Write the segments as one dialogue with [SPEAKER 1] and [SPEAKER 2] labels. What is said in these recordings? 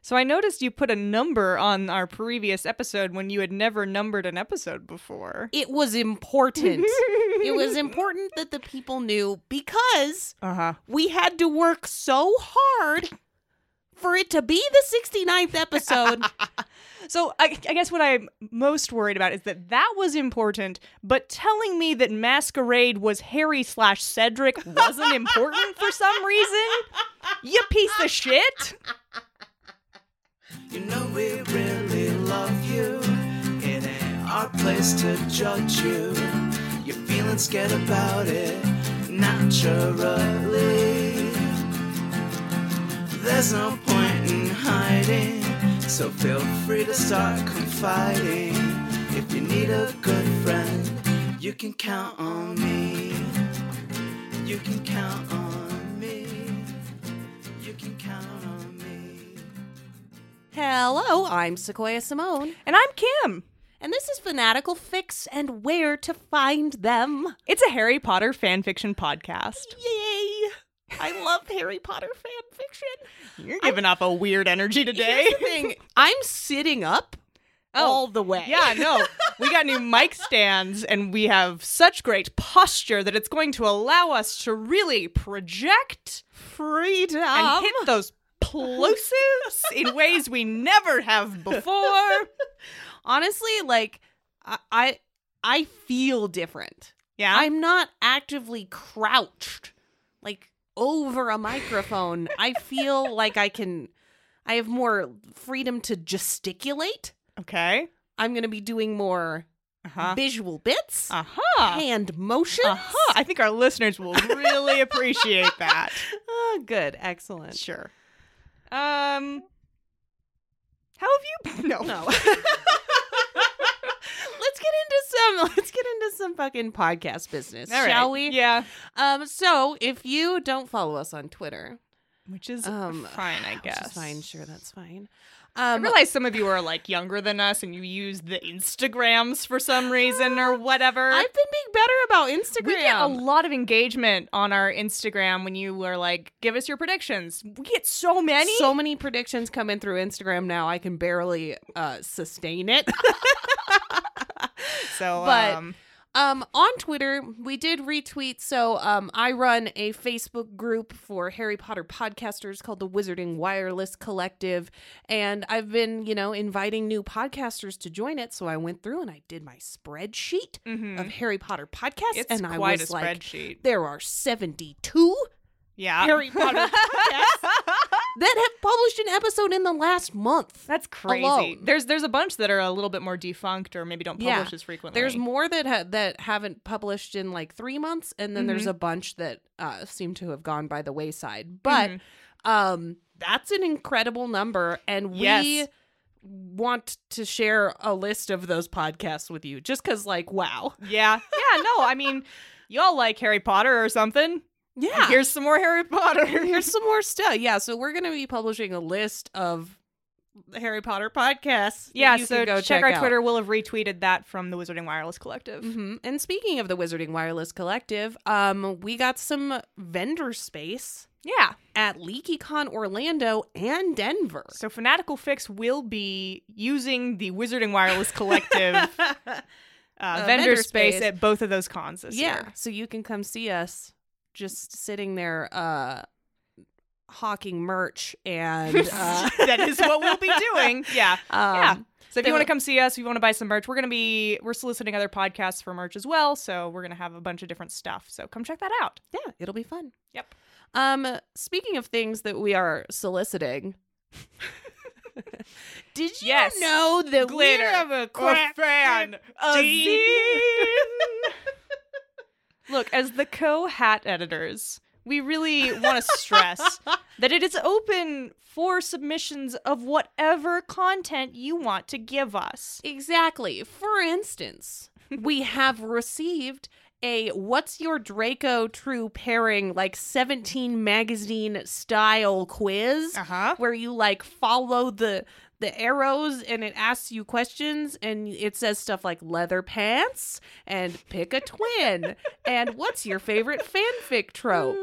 [SPEAKER 1] So I noticed you put a number on our previous episode when you had never numbered an episode before.
[SPEAKER 2] It was important. it was important that the people knew because
[SPEAKER 1] Uh huh.
[SPEAKER 2] we had to work so hard for it to be the 69th episode.
[SPEAKER 1] So I, I guess what I'm most worried about is that that was important, but telling me that Masquerade was Harry slash Cedric wasn't important for some reason. You piece of shit.
[SPEAKER 3] You know we really love you. It ain't our place to judge you. You're feeling scared about it naturally. There's no point in hiding, so feel free to start confiding. If you need a good friend, you can count on me. You can count on me. You can count on me.
[SPEAKER 2] Hello, I'm Sequoia Simone,
[SPEAKER 1] And I'm Kim.
[SPEAKER 2] and this is Fanatical Fix and Where to Find Them.
[SPEAKER 1] It's a Harry Potter fanfiction podcast.
[SPEAKER 2] Yay! I love Harry Potter fan fiction.
[SPEAKER 1] You're giving off a weird energy today.
[SPEAKER 2] Here's the thing, I'm sitting up
[SPEAKER 1] Oh,
[SPEAKER 2] all the way.
[SPEAKER 1] Yeah, no. We got new mic stands and we have such great posture that it's going to allow us to really project
[SPEAKER 2] freedom.
[SPEAKER 1] and hit those plosives in ways we never have before.
[SPEAKER 2] Honestly, like I, I, I feel different.
[SPEAKER 1] Yeah.
[SPEAKER 2] I'm not actively crouched like over a microphone. I feel like I can I have more freedom to gesticulate.
[SPEAKER 1] okay.
[SPEAKER 2] I'm going to be doing more
[SPEAKER 1] Uh-huh.
[SPEAKER 2] visual bits,
[SPEAKER 1] Uh-huh.
[SPEAKER 2] hand motions.
[SPEAKER 1] Uh-huh. I think our listeners will really appreciate that.
[SPEAKER 2] Oh, good. Excellent.
[SPEAKER 1] Sure. Um How have you No.
[SPEAKER 2] No. let's get into some let's get into some fucking podcast business,
[SPEAKER 1] All right.
[SPEAKER 2] shall we?
[SPEAKER 1] Yeah.
[SPEAKER 2] Um so if you don't follow us on Twitter,
[SPEAKER 1] Which is
[SPEAKER 2] Um,
[SPEAKER 1] fine, I
[SPEAKER 2] which
[SPEAKER 1] guess.
[SPEAKER 2] is fine, sure that's fine.
[SPEAKER 1] I
[SPEAKER 2] Um
[SPEAKER 1] realize some of you are like younger than us and you use the Instagrams for some reason or whatever.
[SPEAKER 2] I've been being better about Instagram.
[SPEAKER 1] Uh, we get a lot of engagement on our Instagram when you were like, give us your predictions. We get so many.
[SPEAKER 2] So many predictions coming through Instagram now. I can barely uh, sustain it.
[SPEAKER 1] So,
[SPEAKER 2] But-
[SPEAKER 1] um,
[SPEAKER 2] um, on Twitter, we did retweet. So um, I run a Facebook group for Harry Potter podcasters called the Wizarding Wireless Collective, and I've been, you know, inviting new podcasters to join it. So I went through and I did my spreadsheet
[SPEAKER 1] mhm.
[SPEAKER 2] of Harry Potter podcasts,
[SPEAKER 1] it's
[SPEAKER 2] and
[SPEAKER 1] quite
[SPEAKER 2] I was
[SPEAKER 1] a
[SPEAKER 2] like,
[SPEAKER 1] spreadsheet.
[SPEAKER 2] there are seventy-two
[SPEAKER 1] yeah.
[SPEAKER 2] Harry Potter podcasts that have published an episode in the last month.
[SPEAKER 1] That's crazy.
[SPEAKER 2] Alone.
[SPEAKER 1] There's there's a bunch that are a little bit more defunct or maybe don't
[SPEAKER 2] Yeah.
[SPEAKER 1] publish as frequently.
[SPEAKER 2] There's more that ha- that haven't published in like three months, and then there's
[SPEAKER 1] Mhm.
[SPEAKER 2] a bunch that uh, seem to have gone by the wayside. But
[SPEAKER 1] Mhm.
[SPEAKER 2] um, that's an incredible number, and we
[SPEAKER 1] Yes.
[SPEAKER 2] want to share a list of those podcasts with you, just because, like, wow,
[SPEAKER 1] Yeah. Yeah, no, I mean, y'all like Harry Potter or something?
[SPEAKER 2] yeah,
[SPEAKER 1] Here's some more Harry Potter.
[SPEAKER 2] here's some more stuff. Yeah, so we're gonna be publishing a list of the Harry Potter podcasts. that
[SPEAKER 1] Yeah,
[SPEAKER 2] you
[SPEAKER 1] so
[SPEAKER 2] can go
[SPEAKER 1] check, our
[SPEAKER 2] out.
[SPEAKER 1] Twitter. We'll have retweeted that from the Wizarding Wireless Collective.
[SPEAKER 2] Mhm. And speaking of the Wizarding Wireless Collective, um, we got some vendor space
[SPEAKER 1] Yeah.
[SPEAKER 2] at LeakyCon Orlando and Denver.
[SPEAKER 1] So Fanatical Fix will be using the Wizarding Wireless Collective uh, vendor,
[SPEAKER 2] Uh, vendor
[SPEAKER 1] space
[SPEAKER 2] space.
[SPEAKER 1] at both of those cons this
[SPEAKER 2] yeah,
[SPEAKER 1] year.
[SPEAKER 2] so you can come see us just sitting there uh hawking merch and uh
[SPEAKER 1] that is what we'll be doing. Yeah.
[SPEAKER 2] um,
[SPEAKER 1] yeah. So if
[SPEAKER 2] there-
[SPEAKER 1] you want to come see us, if you want to buy some merch, we're going to be we're soliciting other podcasts for merch as well, so we're going to have a bunch of different stuff. So come check that out.
[SPEAKER 2] yeah, it'll be fun.
[SPEAKER 1] Yep.
[SPEAKER 2] Um speaking of things that we are soliciting Did you
[SPEAKER 1] Yes.
[SPEAKER 2] know that
[SPEAKER 1] Glitter.
[SPEAKER 2] we have a crap
[SPEAKER 1] fan.
[SPEAKER 2] of
[SPEAKER 1] zine. Look, as the co hat editors, we really want to stress that it is open for submissions of whatever content you want to give us.
[SPEAKER 2] Exactly. For instance, we have received a What's Your Draco True Pairing, like 17 magazine style quiz
[SPEAKER 1] huh.
[SPEAKER 2] where you like follow the the arrows and it asks you questions and it says stuff like leather
[SPEAKER 1] Hmm.
[SPEAKER 2] pants and pick a twin and what's your favorite fanfic trope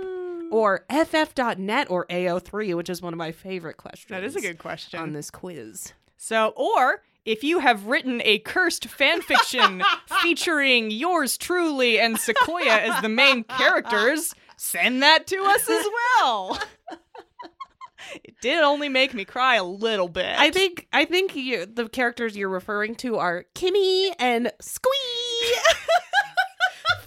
[SPEAKER 2] or ff.net or AO3, which is one of my favorite questions.
[SPEAKER 1] That is a good
[SPEAKER 2] on
[SPEAKER 1] question.
[SPEAKER 2] this quiz.
[SPEAKER 1] So, or if you have written a cursed fanfiction featuring yours truly and Sequoia as the main characters, send that to us as well. it did only make me cry a little bit.
[SPEAKER 2] I think I think you the characters you're referring to are Kimmy and Squee.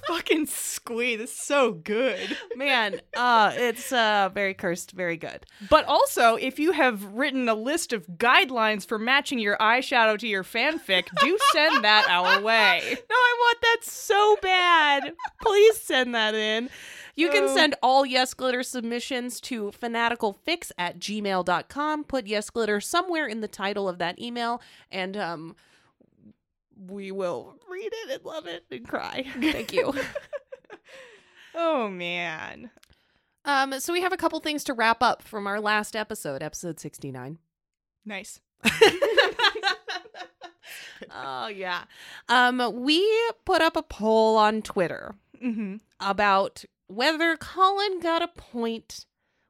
[SPEAKER 1] fucking squeeze is so good.
[SPEAKER 2] Man, uh, it's uh, very cursed, very good.
[SPEAKER 1] But also, if you have written a list of guidelines for matching your eyeshadow to your fanfic, do send that our way.
[SPEAKER 2] No, I want that so bad. Please send that in. You can
[SPEAKER 1] Oh.
[SPEAKER 2] send all Yes Glitter submissions to fanaticalfix at gmail.com. Put Yes Glitter somewhere in the title of that email, and um, we will read it and love it and cry. Thank you.
[SPEAKER 1] Oh man.
[SPEAKER 2] um, so, we have a couple things to wrap up from our last episode, episode 69.
[SPEAKER 1] Nice.
[SPEAKER 2] oh, yeah. Um, we put up a poll on Twitter.
[SPEAKER 1] Mm-hmm.
[SPEAKER 2] about whether Colin got a point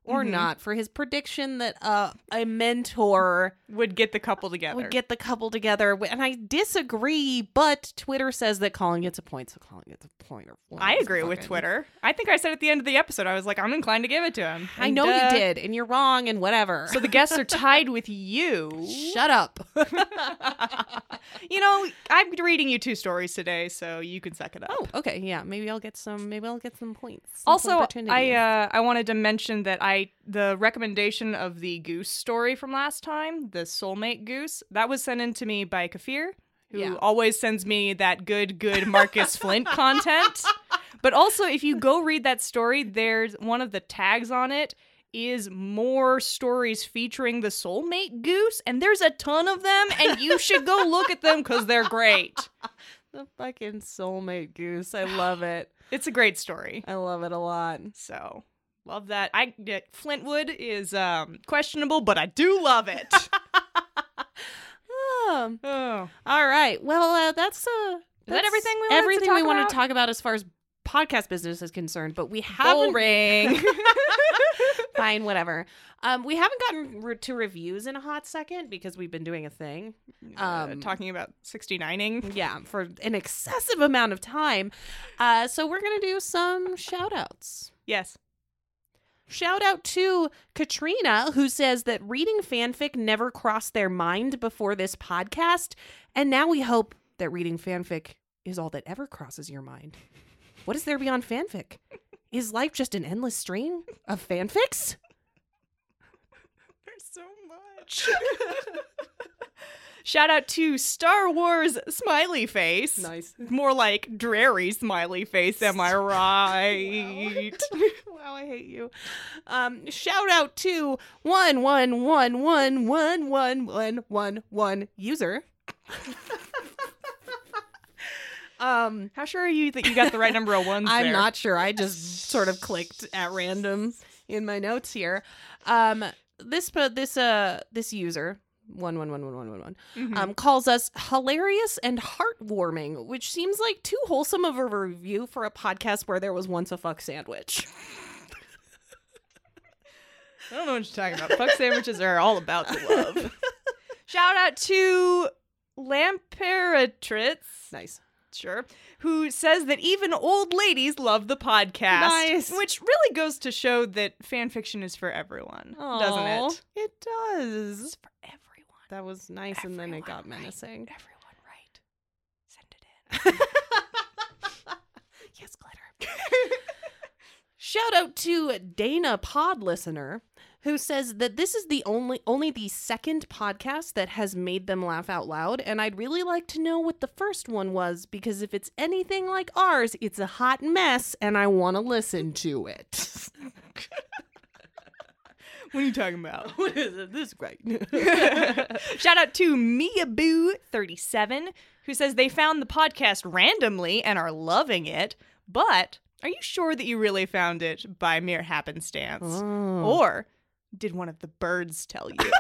[SPEAKER 2] or
[SPEAKER 1] Mhm.
[SPEAKER 2] not for his prediction that uh, a mentor
[SPEAKER 1] Would get the couple together.
[SPEAKER 2] would get the couple together. And I disagree, but Twitter says that Colin gets a point, so Colin gets a point. Or one
[SPEAKER 1] I
[SPEAKER 2] is
[SPEAKER 1] agree with
[SPEAKER 2] fucking-
[SPEAKER 1] Twitter. I think I said at the end of the episode, I was like, I'm inclined to give it to him.
[SPEAKER 2] I
[SPEAKER 1] And,
[SPEAKER 2] know
[SPEAKER 1] uh,
[SPEAKER 2] you did, and you're wrong, and whatever.
[SPEAKER 1] So the guests are tied with you.
[SPEAKER 2] Shut up.
[SPEAKER 1] you know, I'm reading you two stories today, so you can suck it up.
[SPEAKER 2] oh, okay, yeah. Maybe I'll get some. Maybe I'll get some points. some
[SPEAKER 1] Also, I
[SPEAKER 2] opportunities.
[SPEAKER 1] uh, I wanted to mention that I the recommendation of the goose story from last time, the soulmate goose, that was sent in to me by Kafir, who
[SPEAKER 2] Yeah.
[SPEAKER 1] always sends me that good, good Marcus Flint content. But also, if you go read that story, there's one of the tags on it is more stories featuring the soulmate goose, and there's a ton of them, and you should go look at them because they're great.
[SPEAKER 2] the fucking soulmate goose. I love it.
[SPEAKER 1] It's a great story.
[SPEAKER 2] I love it a lot.
[SPEAKER 1] So love that. I yeah, Flintwood is um, questionable, but I do love it.
[SPEAKER 2] Um,
[SPEAKER 1] oh,
[SPEAKER 2] All right. Well, uh, that's uh,
[SPEAKER 1] that
[SPEAKER 2] that's
[SPEAKER 1] everything we wanted to
[SPEAKER 2] everything we
[SPEAKER 1] talk
[SPEAKER 2] wanted
[SPEAKER 1] about?
[SPEAKER 2] to talk about as far as podcast business is concerned. But we haven't.
[SPEAKER 1] boring.
[SPEAKER 2] Fine, whatever. Um, we haven't gotten re- to reviews in a hot second because we've been doing a thing.
[SPEAKER 1] uh,
[SPEAKER 2] Um,
[SPEAKER 1] talking about 69ing.
[SPEAKER 2] Yeah, for an excessive amount of time. Uh, so we're gonna do some shout outs.
[SPEAKER 1] Yes.
[SPEAKER 2] Shout out to Katrina, who says that reading fanfic never crossed their mind before this podcast. And now we hope that reading fanfic is all that ever crosses your mind. What is there beyond fanfic? Is life just an endless stream of fanfics?
[SPEAKER 1] There's so much. Shout out to Star Wars Smiley Face.
[SPEAKER 2] Nice.
[SPEAKER 1] More like dreary smiley face, am I right?
[SPEAKER 2] wow, I hate you. Um, shout out to one one one one one one one one one user. um
[SPEAKER 1] How sure are you that you got the right number of ones?
[SPEAKER 2] I'm
[SPEAKER 1] there?
[SPEAKER 2] not sure. I just sort of clicked at random in my notes here. Um, this po- this uh this user one one one one one one one
[SPEAKER 1] Mhm.
[SPEAKER 2] um calls us hilarious and heartwarming, which seems like too wholesome of a review for a podcast where there was once a fuck sandwich.
[SPEAKER 1] I don't know what you're talking about. Fuck sandwiches are all about the love. Shout out to Lamperatrice,
[SPEAKER 2] Nice.
[SPEAKER 1] sure, who says that even old ladies love the podcast.
[SPEAKER 2] Nice.
[SPEAKER 1] Which really goes to show that fan fiction is for everyone, doesn't
[SPEAKER 2] Aw,
[SPEAKER 1] it?
[SPEAKER 2] It does.
[SPEAKER 1] for everyone.
[SPEAKER 2] That was nice, and then it
[SPEAKER 1] Everyone,
[SPEAKER 2] got
[SPEAKER 1] right?
[SPEAKER 2] menacing.
[SPEAKER 1] Everyone, right? Send it in.
[SPEAKER 2] yes, glitter. Shout out to Dana Pod listener who says that this is the only only the second podcast that has made them laugh out loud and I'd really like to know what the first one was because if it's anything like ours it's a hot mess and I want to listen to it.
[SPEAKER 1] What are you talking about?
[SPEAKER 2] what is it? This is great.
[SPEAKER 1] Shout out to Miaboo37, who says they found the podcast randomly and are loving it. But are you sure that you really found it by mere happenstance?
[SPEAKER 2] Oh.
[SPEAKER 1] Or did one of the birds tell you?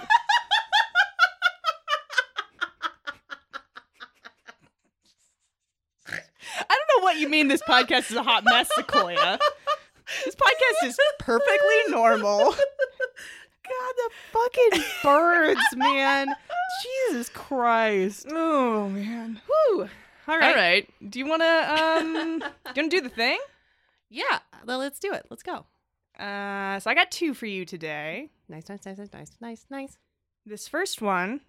[SPEAKER 1] I don't know what you mean this podcast is a hot mess, Sequoia. This This podcast is perfectly normal.
[SPEAKER 4] God, the fucking birds, man. Jesus Christ.
[SPEAKER 1] Oh man.
[SPEAKER 4] Whew.
[SPEAKER 1] All right. All right. Do you wanna um do you wanna do the thing?
[SPEAKER 2] Yeah, well, let's do it. Let's go.
[SPEAKER 1] Uh so I got two for you today.
[SPEAKER 2] Nice, nice, nice, nice, nice, nice, nice.
[SPEAKER 1] This first one.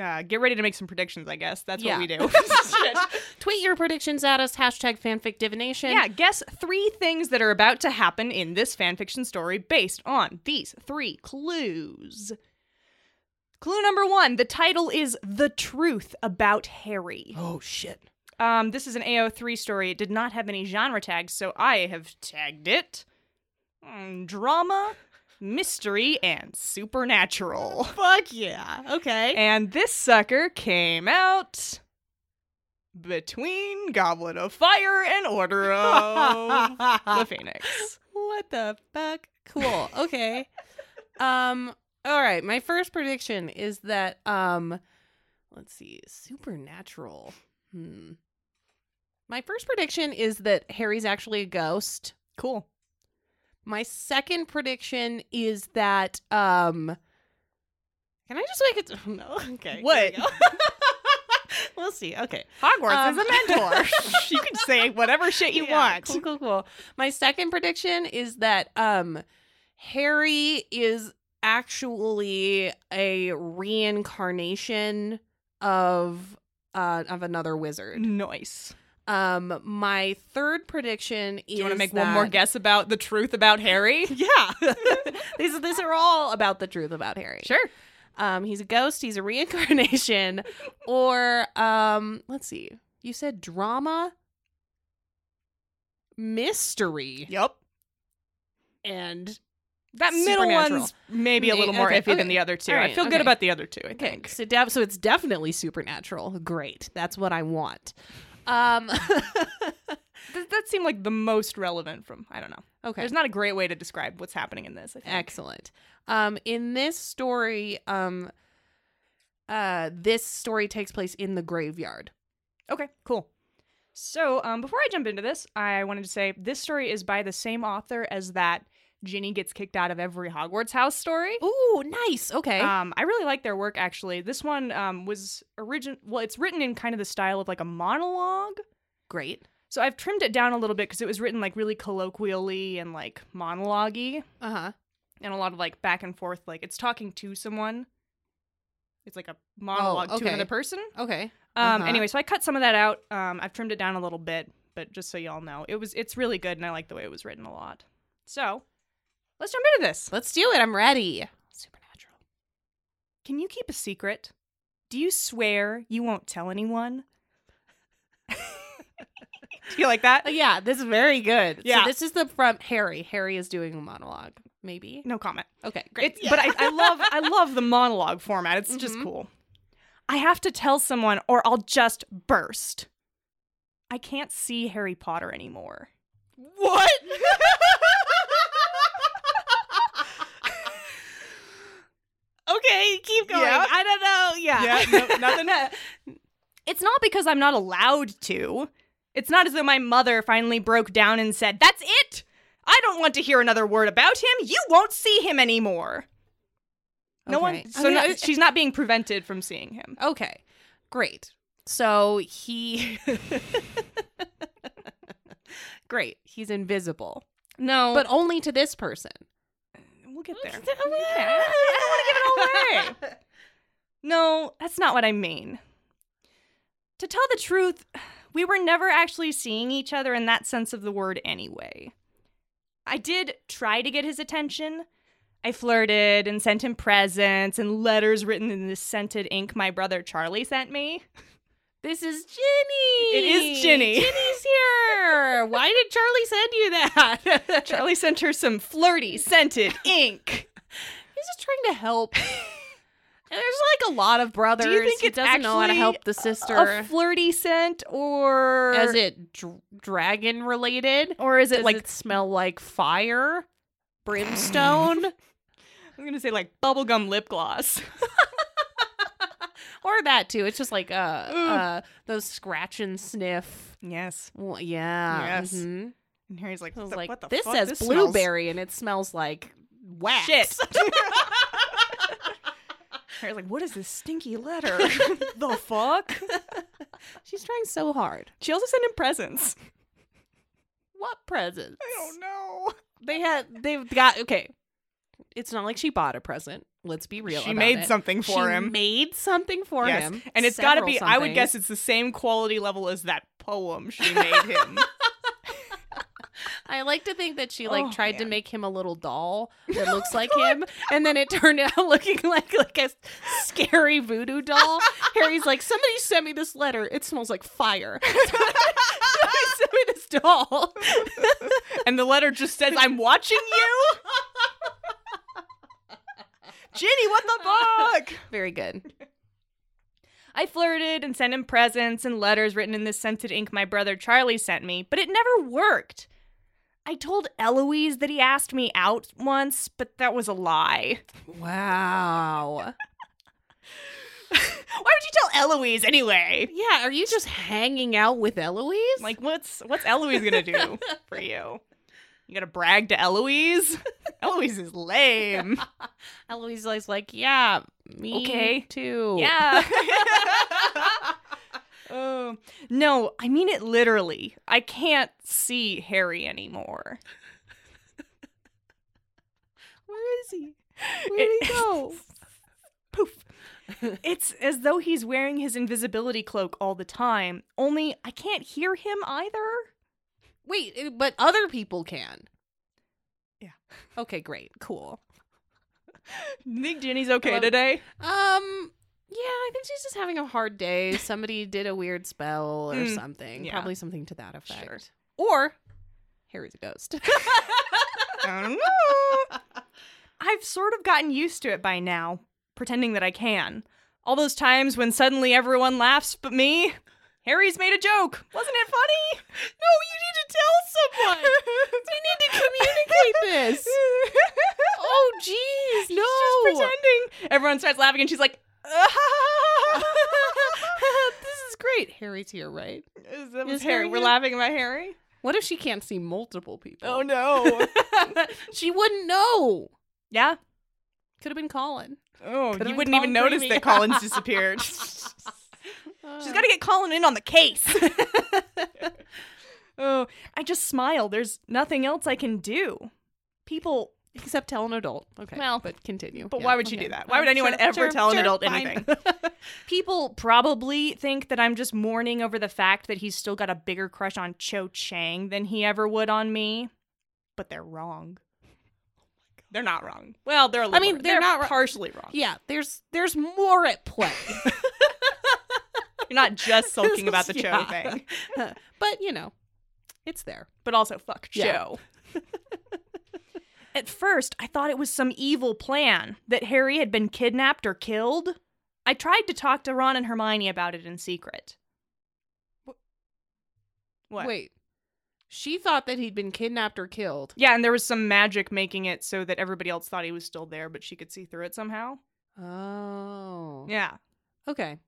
[SPEAKER 1] Uh, get ready to make some predictions, I guess. That's
[SPEAKER 2] Yeah.
[SPEAKER 1] what we do.
[SPEAKER 2] Tweet your predictions at us. Hashtag fanfic divination.
[SPEAKER 1] yeah, guess three things that are about to happen in this fanfiction story based on these three clues. Clue number one the title is The Truth About Harry.
[SPEAKER 4] Oh shit.
[SPEAKER 1] Um, this is an AO3 story. It did not have any genre tags, so I have tagged it mm, drama, mystery, and supernatural.
[SPEAKER 4] Fuck yeah. Okay.
[SPEAKER 1] And this sucker came out between Goblet of Fire and Order of the Phoenix.
[SPEAKER 2] What the fuck? Cool. Okay. um. All right. My first prediction is that um, let's see, supernatural. Hmm. My first prediction is that Harry's actually a ghost.
[SPEAKER 1] Cool.
[SPEAKER 2] My second prediction is that um. Can I just make it? Oh, no. Okay. here we
[SPEAKER 4] What?
[SPEAKER 2] go. we'll see. Okay.
[SPEAKER 1] Hogwarts
[SPEAKER 2] Um,
[SPEAKER 1] is a mentor. you can say whatever shit you
[SPEAKER 2] Yeah,
[SPEAKER 1] want.
[SPEAKER 2] Cool, cool, cool. My second prediction is that um Harry is actually a reincarnation of uh of another wizard.
[SPEAKER 1] Nice.
[SPEAKER 2] Um my third prediction is
[SPEAKER 1] Mm. Do you want to make one more
[SPEAKER 2] that-
[SPEAKER 1] guess about the truth about Harry?
[SPEAKER 2] Yeah. these these are all about the truth about Harry.
[SPEAKER 1] sure.
[SPEAKER 2] Um he's a ghost, he's a reincarnation or um let's see. You said drama mystery
[SPEAKER 1] Yep.
[SPEAKER 2] and
[SPEAKER 1] That middle
[SPEAKER 2] Supernatural.
[SPEAKER 1] one's maybe a little
[SPEAKER 2] Okay,
[SPEAKER 1] more iffy
[SPEAKER 2] okay.
[SPEAKER 1] than the other two. I
[SPEAKER 2] Alright,
[SPEAKER 1] feel good
[SPEAKER 2] okay.
[SPEAKER 1] about the other two, I
[SPEAKER 2] Okay,
[SPEAKER 1] think.
[SPEAKER 2] so, def- so it's definitely supernatural. Great, that's what I want. Um,
[SPEAKER 1] Th- that seemed like the most relevant from, I don't know.
[SPEAKER 2] okay,
[SPEAKER 1] There's not a great way to describe what's happening in this. I think.
[SPEAKER 2] excellent. Um, in this story, um, uh, this story takes place in the graveyard.
[SPEAKER 1] Okay, cool. So, um, before I jump into this, I wanted to say this story is by the same author as that Ginny gets kicked out of every Hogwarts house story.
[SPEAKER 2] Ooh, nice. Okay,
[SPEAKER 1] Um, I really like their work actually. This one um, was origin. Well, it's written in kind of the style of like a monologue.
[SPEAKER 2] great.
[SPEAKER 1] So I've trimmed it down a little bit because it was written like really colloquially and like monologue
[SPEAKER 2] Uh huh.
[SPEAKER 1] and a lot of like back and forth. Like it's talking to someone. It's like a monologue
[SPEAKER 2] Oh, okay.
[SPEAKER 1] to another person.
[SPEAKER 2] Okay.
[SPEAKER 1] Um,
[SPEAKER 2] Uh-huh.
[SPEAKER 1] Anyway, so I cut some of that out. Um, I've trimmed it down a little bit, but just so y'all know, it was it's really good, and I like the way it was written a lot. So, let's jump into this.
[SPEAKER 2] Let's do it. I'm ready. Supernatural.
[SPEAKER 1] Can you keep a secret? Do you swear you won't tell anyone? Do you like that?
[SPEAKER 2] Uh, yeah, this is very good.
[SPEAKER 1] Yeah.
[SPEAKER 2] So this is the from Harry. Harry is doing a monologue. Maybe.
[SPEAKER 1] No comment.
[SPEAKER 2] Okay, great.
[SPEAKER 1] It's, But I, I love I love the monologue format. It's just
[SPEAKER 2] Mhm.
[SPEAKER 1] cool. I have to tell someone, or I'll just burst. I can't see Harry Potter anymore.
[SPEAKER 4] What? okay, keep going.
[SPEAKER 1] Yeah.
[SPEAKER 4] I don't know. Yeah.
[SPEAKER 1] no- nothing. Ah, It's not because I'm not allowed to. It's not as though my mother finally broke down and said, That's it! I don't want to hear another word about him. You won't see him anymore. No
[SPEAKER 2] Okay.
[SPEAKER 1] one. So
[SPEAKER 2] Okay,
[SPEAKER 1] no-
[SPEAKER 2] I-
[SPEAKER 1] she's not being prevented from seeing him.
[SPEAKER 2] Okay, great. So he. great. He's invisible,
[SPEAKER 1] No,
[SPEAKER 2] but only to this person.
[SPEAKER 1] we'll get there. Okay. I don't want to give it all away. No, that's not what I mean. To tell the truth, we were never actually seeing each other in that sense of the word anyway. I did try to get his attention. I flirted and sent him presents and letters written in the scented ink my brother Charlie sent me.
[SPEAKER 2] This is Ginny.
[SPEAKER 1] It is Ginny.
[SPEAKER 2] Ginny's here. Why did Charlie send you that?
[SPEAKER 1] Charlie sent her some flirty scented ink.
[SPEAKER 2] He's just trying to help. And There's like a lot of brothers.
[SPEAKER 1] think
[SPEAKER 2] he
[SPEAKER 1] it's
[SPEAKER 2] doesn't know how to
[SPEAKER 1] actually
[SPEAKER 2] help the
[SPEAKER 1] A
[SPEAKER 2] sister?
[SPEAKER 1] flirty scent or
[SPEAKER 2] Is it dr- dragon related?
[SPEAKER 1] or is
[SPEAKER 2] Does
[SPEAKER 1] it like
[SPEAKER 2] it smell like fire, brimstone?
[SPEAKER 1] I'm gonna say like bubblegum lip gloss.
[SPEAKER 2] or that too. It's just like uh,
[SPEAKER 1] Ooh.
[SPEAKER 2] uh those scratch and sniff.
[SPEAKER 1] Yes.
[SPEAKER 2] Well, yeah.
[SPEAKER 1] Yes.
[SPEAKER 2] mhm.
[SPEAKER 1] And Harry's like,
[SPEAKER 2] I was
[SPEAKER 1] "The-
[SPEAKER 2] like,
[SPEAKER 1] what the
[SPEAKER 2] this
[SPEAKER 1] fuck?
[SPEAKER 2] says
[SPEAKER 1] This smells-
[SPEAKER 2] blueberry and it smells like wax.
[SPEAKER 1] Shit. Harry's like, what is this stinky letter? the fuck?
[SPEAKER 2] She's trying so hard.
[SPEAKER 1] She also sent him presents.
[SPEAKER 2] What presents?
[SPEAKER 1] know.
[SPEAKER 2] They had. They've got. Okay. It's not like she bought a present. Let's be real.
[SPEAKER 1] She
[SPEAKER 2] about
[SPEAKER 1] made
[SPEAKER 2] it.
[SPEAKER 1] something for
[SPEAKER 2] She
[SPEAKER 1] him.
[SPEAKER 2] Made something for
[SPEAKER 1] Yes.
[SPEAKER 2] him.
[SPEAKER 1] And it's got to
[SPEAKER 2] Several
[SPEAKER 1] be, I would
[SPEAKER 2] somethings.
[SPEAKER 1] guess it's the same quality level as that poem she made him.
[SPEAKER 2] I like to think that she like
[SPEAKER 1] Oh,
[SPEAKER 2] tried to
[SPEAKER 1] man.
[SPEAKER 2] make him a little doll that looks like him, and then it turned out looking like like a scary voodoo doll. Harry's like, somebody sent me this letter. It smells like fire. somebody sent me this doll.
[SPEAKER 1] and the letter just says, I'm watching you. Ginny, what the fuck?
[SPEAKER 2] Very good.
[SPEAKER 1] I flirted and sent him presents and letters written in the scented ink my brother Charlie sent me, but it never worked. I told Eloise that he asked me out once, but that was a lie.
[SPEAKER 2] Wow.
[SPEAKER 1] Why would you tell Eloise anyway?
[SPEAKER 2] Yeah, are you just hanging out with Eloise?
[SPEAKER 1] Like, what's what's Eloise gonna do for you? You gotta brag to Eloise? Eloise is lame.
[SPEAKER 2] Eloise is like, yeah, me
[SPEAKER 1] Okay.
[SPEAKER 2] too.
[SPEAKER 1] Yeah. oh no, I mean it literally. I can't see Harry anymore.
[SPEAKER 2] Where is he? Where
[SPEAKER 1] It-
[SPEAKER 2] did he go?
[SPEAKER 1] Poof. It's as though he's wearing his invisibility cloak all the time, only I can't hear him either.
[SPEAKER 2] Wait, it- but other people can.
[SPEAKER 1] Yeah.
[SPEAKER 2] Okay, great. Cool.
[SPEAKER 1] You think Ginny's okay
[SPEAKER 2] Hello?
[SPEAKER 1] today?
[SPEAKER 2] Um yeah, I think she's just having a hard day. Somebody did a weird spell or
[SPEAKER 1] Mm,
[SPEAKER 2] something.
[SPEAKER 1] yeah.
[SPEAKER 2] Probably something to that effect.
[SPEAKER 1] Sure.
[SPEAKER 2] Or Harry's a ghost.
[SPEAKER 1] I don't know. I've sort of gotten used to it by now, pretending that I can. All those times when suddenly everyone laughs but me. Harry's made a joke. Wasn't it funny? No, you need to tell someone. we
[SPEAKER 2] Communicate this. Oh
[SPEAKER 1] She's
[SPEAKER 2] jeez. No.
[SPEAKER 1] just pretending. Everyone starts laughing and she's like,
[SPEAKER 2] this is great. Harry's here, right?
[SPEAKER 1] Is that
[SPEAKER 2] Is
[SPEAKER 1] was Harry.
[SPEAKER 2] Harry
[SPEAKER 1] We're
[SPEAKER 2] here?
[SPEAKER 1] laughing about Harry?
[SPEAKER 2] What if she can't see multiple people?
[SPEAKER 1] Oh, no.
[SPEAKER 2] she wouldn't know.
[SPEAKER 1] yeah?
[SPEAKER 2] Could have been Colin.
[SPEAKER 1] Oh,
[SPEAKER 2] Could've
[SPEAKER 1] you
[SPEAKER 2] been
[SPEAKER 1] wouldn't even
[SPEAKER 2] Colin
[SPEAKER 1] notice
[SPEAKER 2] Creevy.
[SPEAKER 1] that Collins disappeared.
[SPEAKER 2] Uh,
[SPEAKER 1] She's got to get Colin in on the case. oh, I just smile. There's nothing else I can do. People,
[SPEAKER 2] except tell an adult. Okay.
[SPEAKER 1] Well,
[SPEAKER 2] but continue.
[SPEAKER 1] but
[SPEAKER 2] Yeah,
[SPEAKER 1] why would she
[SPEAKER 2] okay.
[SPEAKER 1] do that? Why would
[SPEAKER 2] Um,
[SPEAKER 1] anyone
[SPEAKER 2] sure,
[SPEAKER 1] ever
[SPEAKER 2] sure,
[SPEAKER 1] tell an
[SPEAKER 2] sure,
[SPEAKER 1] adult
[SPEAKER 2] fine.
[SPEAKER 1] anything? People probably think that I'm just mourning over the fact that he's still got a bigger crush on Cho Chang than he ever would on me, but they're wrong. They're not wrong. Well, they're. A little
[SPEAKER 2] mean,
[SPEAKER 1] wrong.
[SPEAKER 2] they're not wrong.
[SPEAKER 1] partially wrong.
[SPEAKER 2] yeah, there's there's more at play.
[SPEAKER 1] You're not just sulking about the Cho
[SPEAKER 2] Yeah.
[SPEAKER 1] thing,
[SPEAKER 2] but you know, it's there.
[SPEAKER 1] but also fuck Cho.
[SPEAKER 2] Yeah.
[SPEAKER 1] At first, I thought it was some evil plan that Harry had been kidnapped or killed. I tried to talk to Ron and Hermione about it in secret. What?
[SPEAKER 2] Wait. She thought that he'd been kidnapped or killed.
[SPEAKER 1] Yeah, and there was some magic making it so that everybody else thought he was still there, but she could see through it somehow.
[SPEAKER 2] Oh.
[SPEAKER 1] Yeah.
[SPEAKER 2] Okay.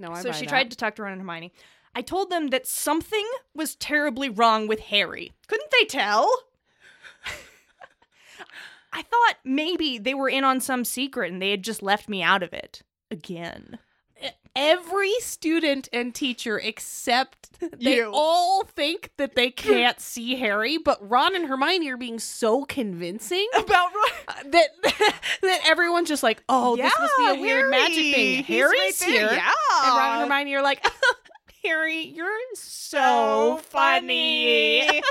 [SPEAKER 2] No, I
[SPEAKER 1] so
[SPEAKER 2] buy
[SPEAKER 1] she
[SPEAKER 2] that.
[SPEAKER 1] tried to talk to Ron and Hermione. I told them that something was terribly wrong with Harry. Couldn't they tell? I thought maybe they were in on some secret and they had just left me out of it again.
[SPEAKER 2] eh, every student and teacher except they
[SPEAKER 1] You.
[SPEAKER 2] all think that they can't see Harry, but Ron and Hermione are being so convincing
[SPEAKER 1] About Ron.
[SPEAKER 2] uh, that that everyone's just like, "Oh, this must be a weird magic thing."
[SPEAKER 1] He's
[SPEAKER 2] Harry's
[SPEAKER 1] right
[SPEAKER 2] here.
[SPEAKER 1] there, Yeah.
[SPEAKER 2] And Ron and Hermione are like, Harry, you're so
[SPEAKER 1] so
[SPEAKER 2] funny.
[SPEAKER 1] funny.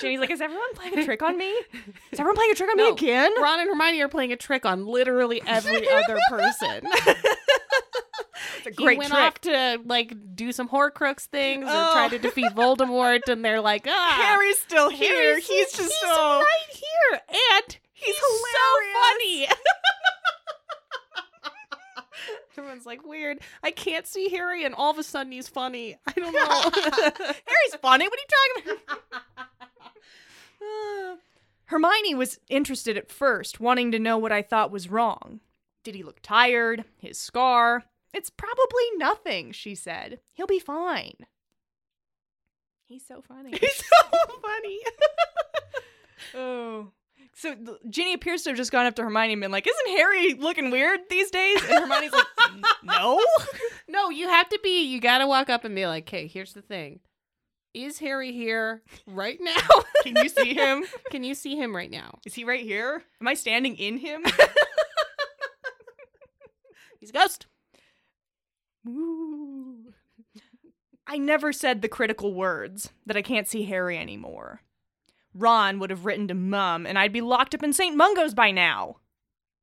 [SPEAKER 1] Jenny's like, is everyone playing a trick on me? Is everyone playing a trick on me
[SPEAKER 2] No.
[SPEAKER 1] again?
[SPEAKER 2] Ron and Hermione are playing a trick on literally every other person.
[SPEAKER 1] It's a
[SPEAKER 2] he went off to like do some Horcrux things or
[SPEAKER 1] Oh.
[SPEAKER 2] try to defeat Voldemort, and they're like, ah,
[SPEAKER 1] Harry's still here.
[SPEAKER 2] Harry's-
[SPEAKER 1] he's just
[SPEAKER 2] he's
[SPEAKER 1] so
[SPEAKER 2] right here, and he's, so funny. Everyone's like weird. I can't see Harry, and all of a sudden he's funny. I don't know.
[SPEAKER 1] Harry's funny. What are you talking about? Hermione was interested at first, wanting to know what I thought was wrong. Did he look tired? His scar? It's probably nothing, she said. He'll be fine.
[SPEAKER 2] He's so funny.
[SPEAKER 4] He's so funny.
[SPEAKER 1] Oh. So th- Ginny appears to have just gone up to Hermione and been like, "Isn't Harry looking weird these days?" And Hermione's like, "N- "No."
[SPEAKER 2] no, you have to be. You got to walk up and be like, "Okay, here's the thing. Is Harry here right now?
[SPEAKER 1] Can you see him?
[SPEAKER 2] Can you see him right now?
[SPEAKER 1] Is he right here? Am I standing in him?
[SPEAKER 2] He's a ghost."
[SPEAKER 1] I never said the critical words that I can't see Harry anymore. Ron would have written to Mum, and I'd be locked up in St. Mungo's by now.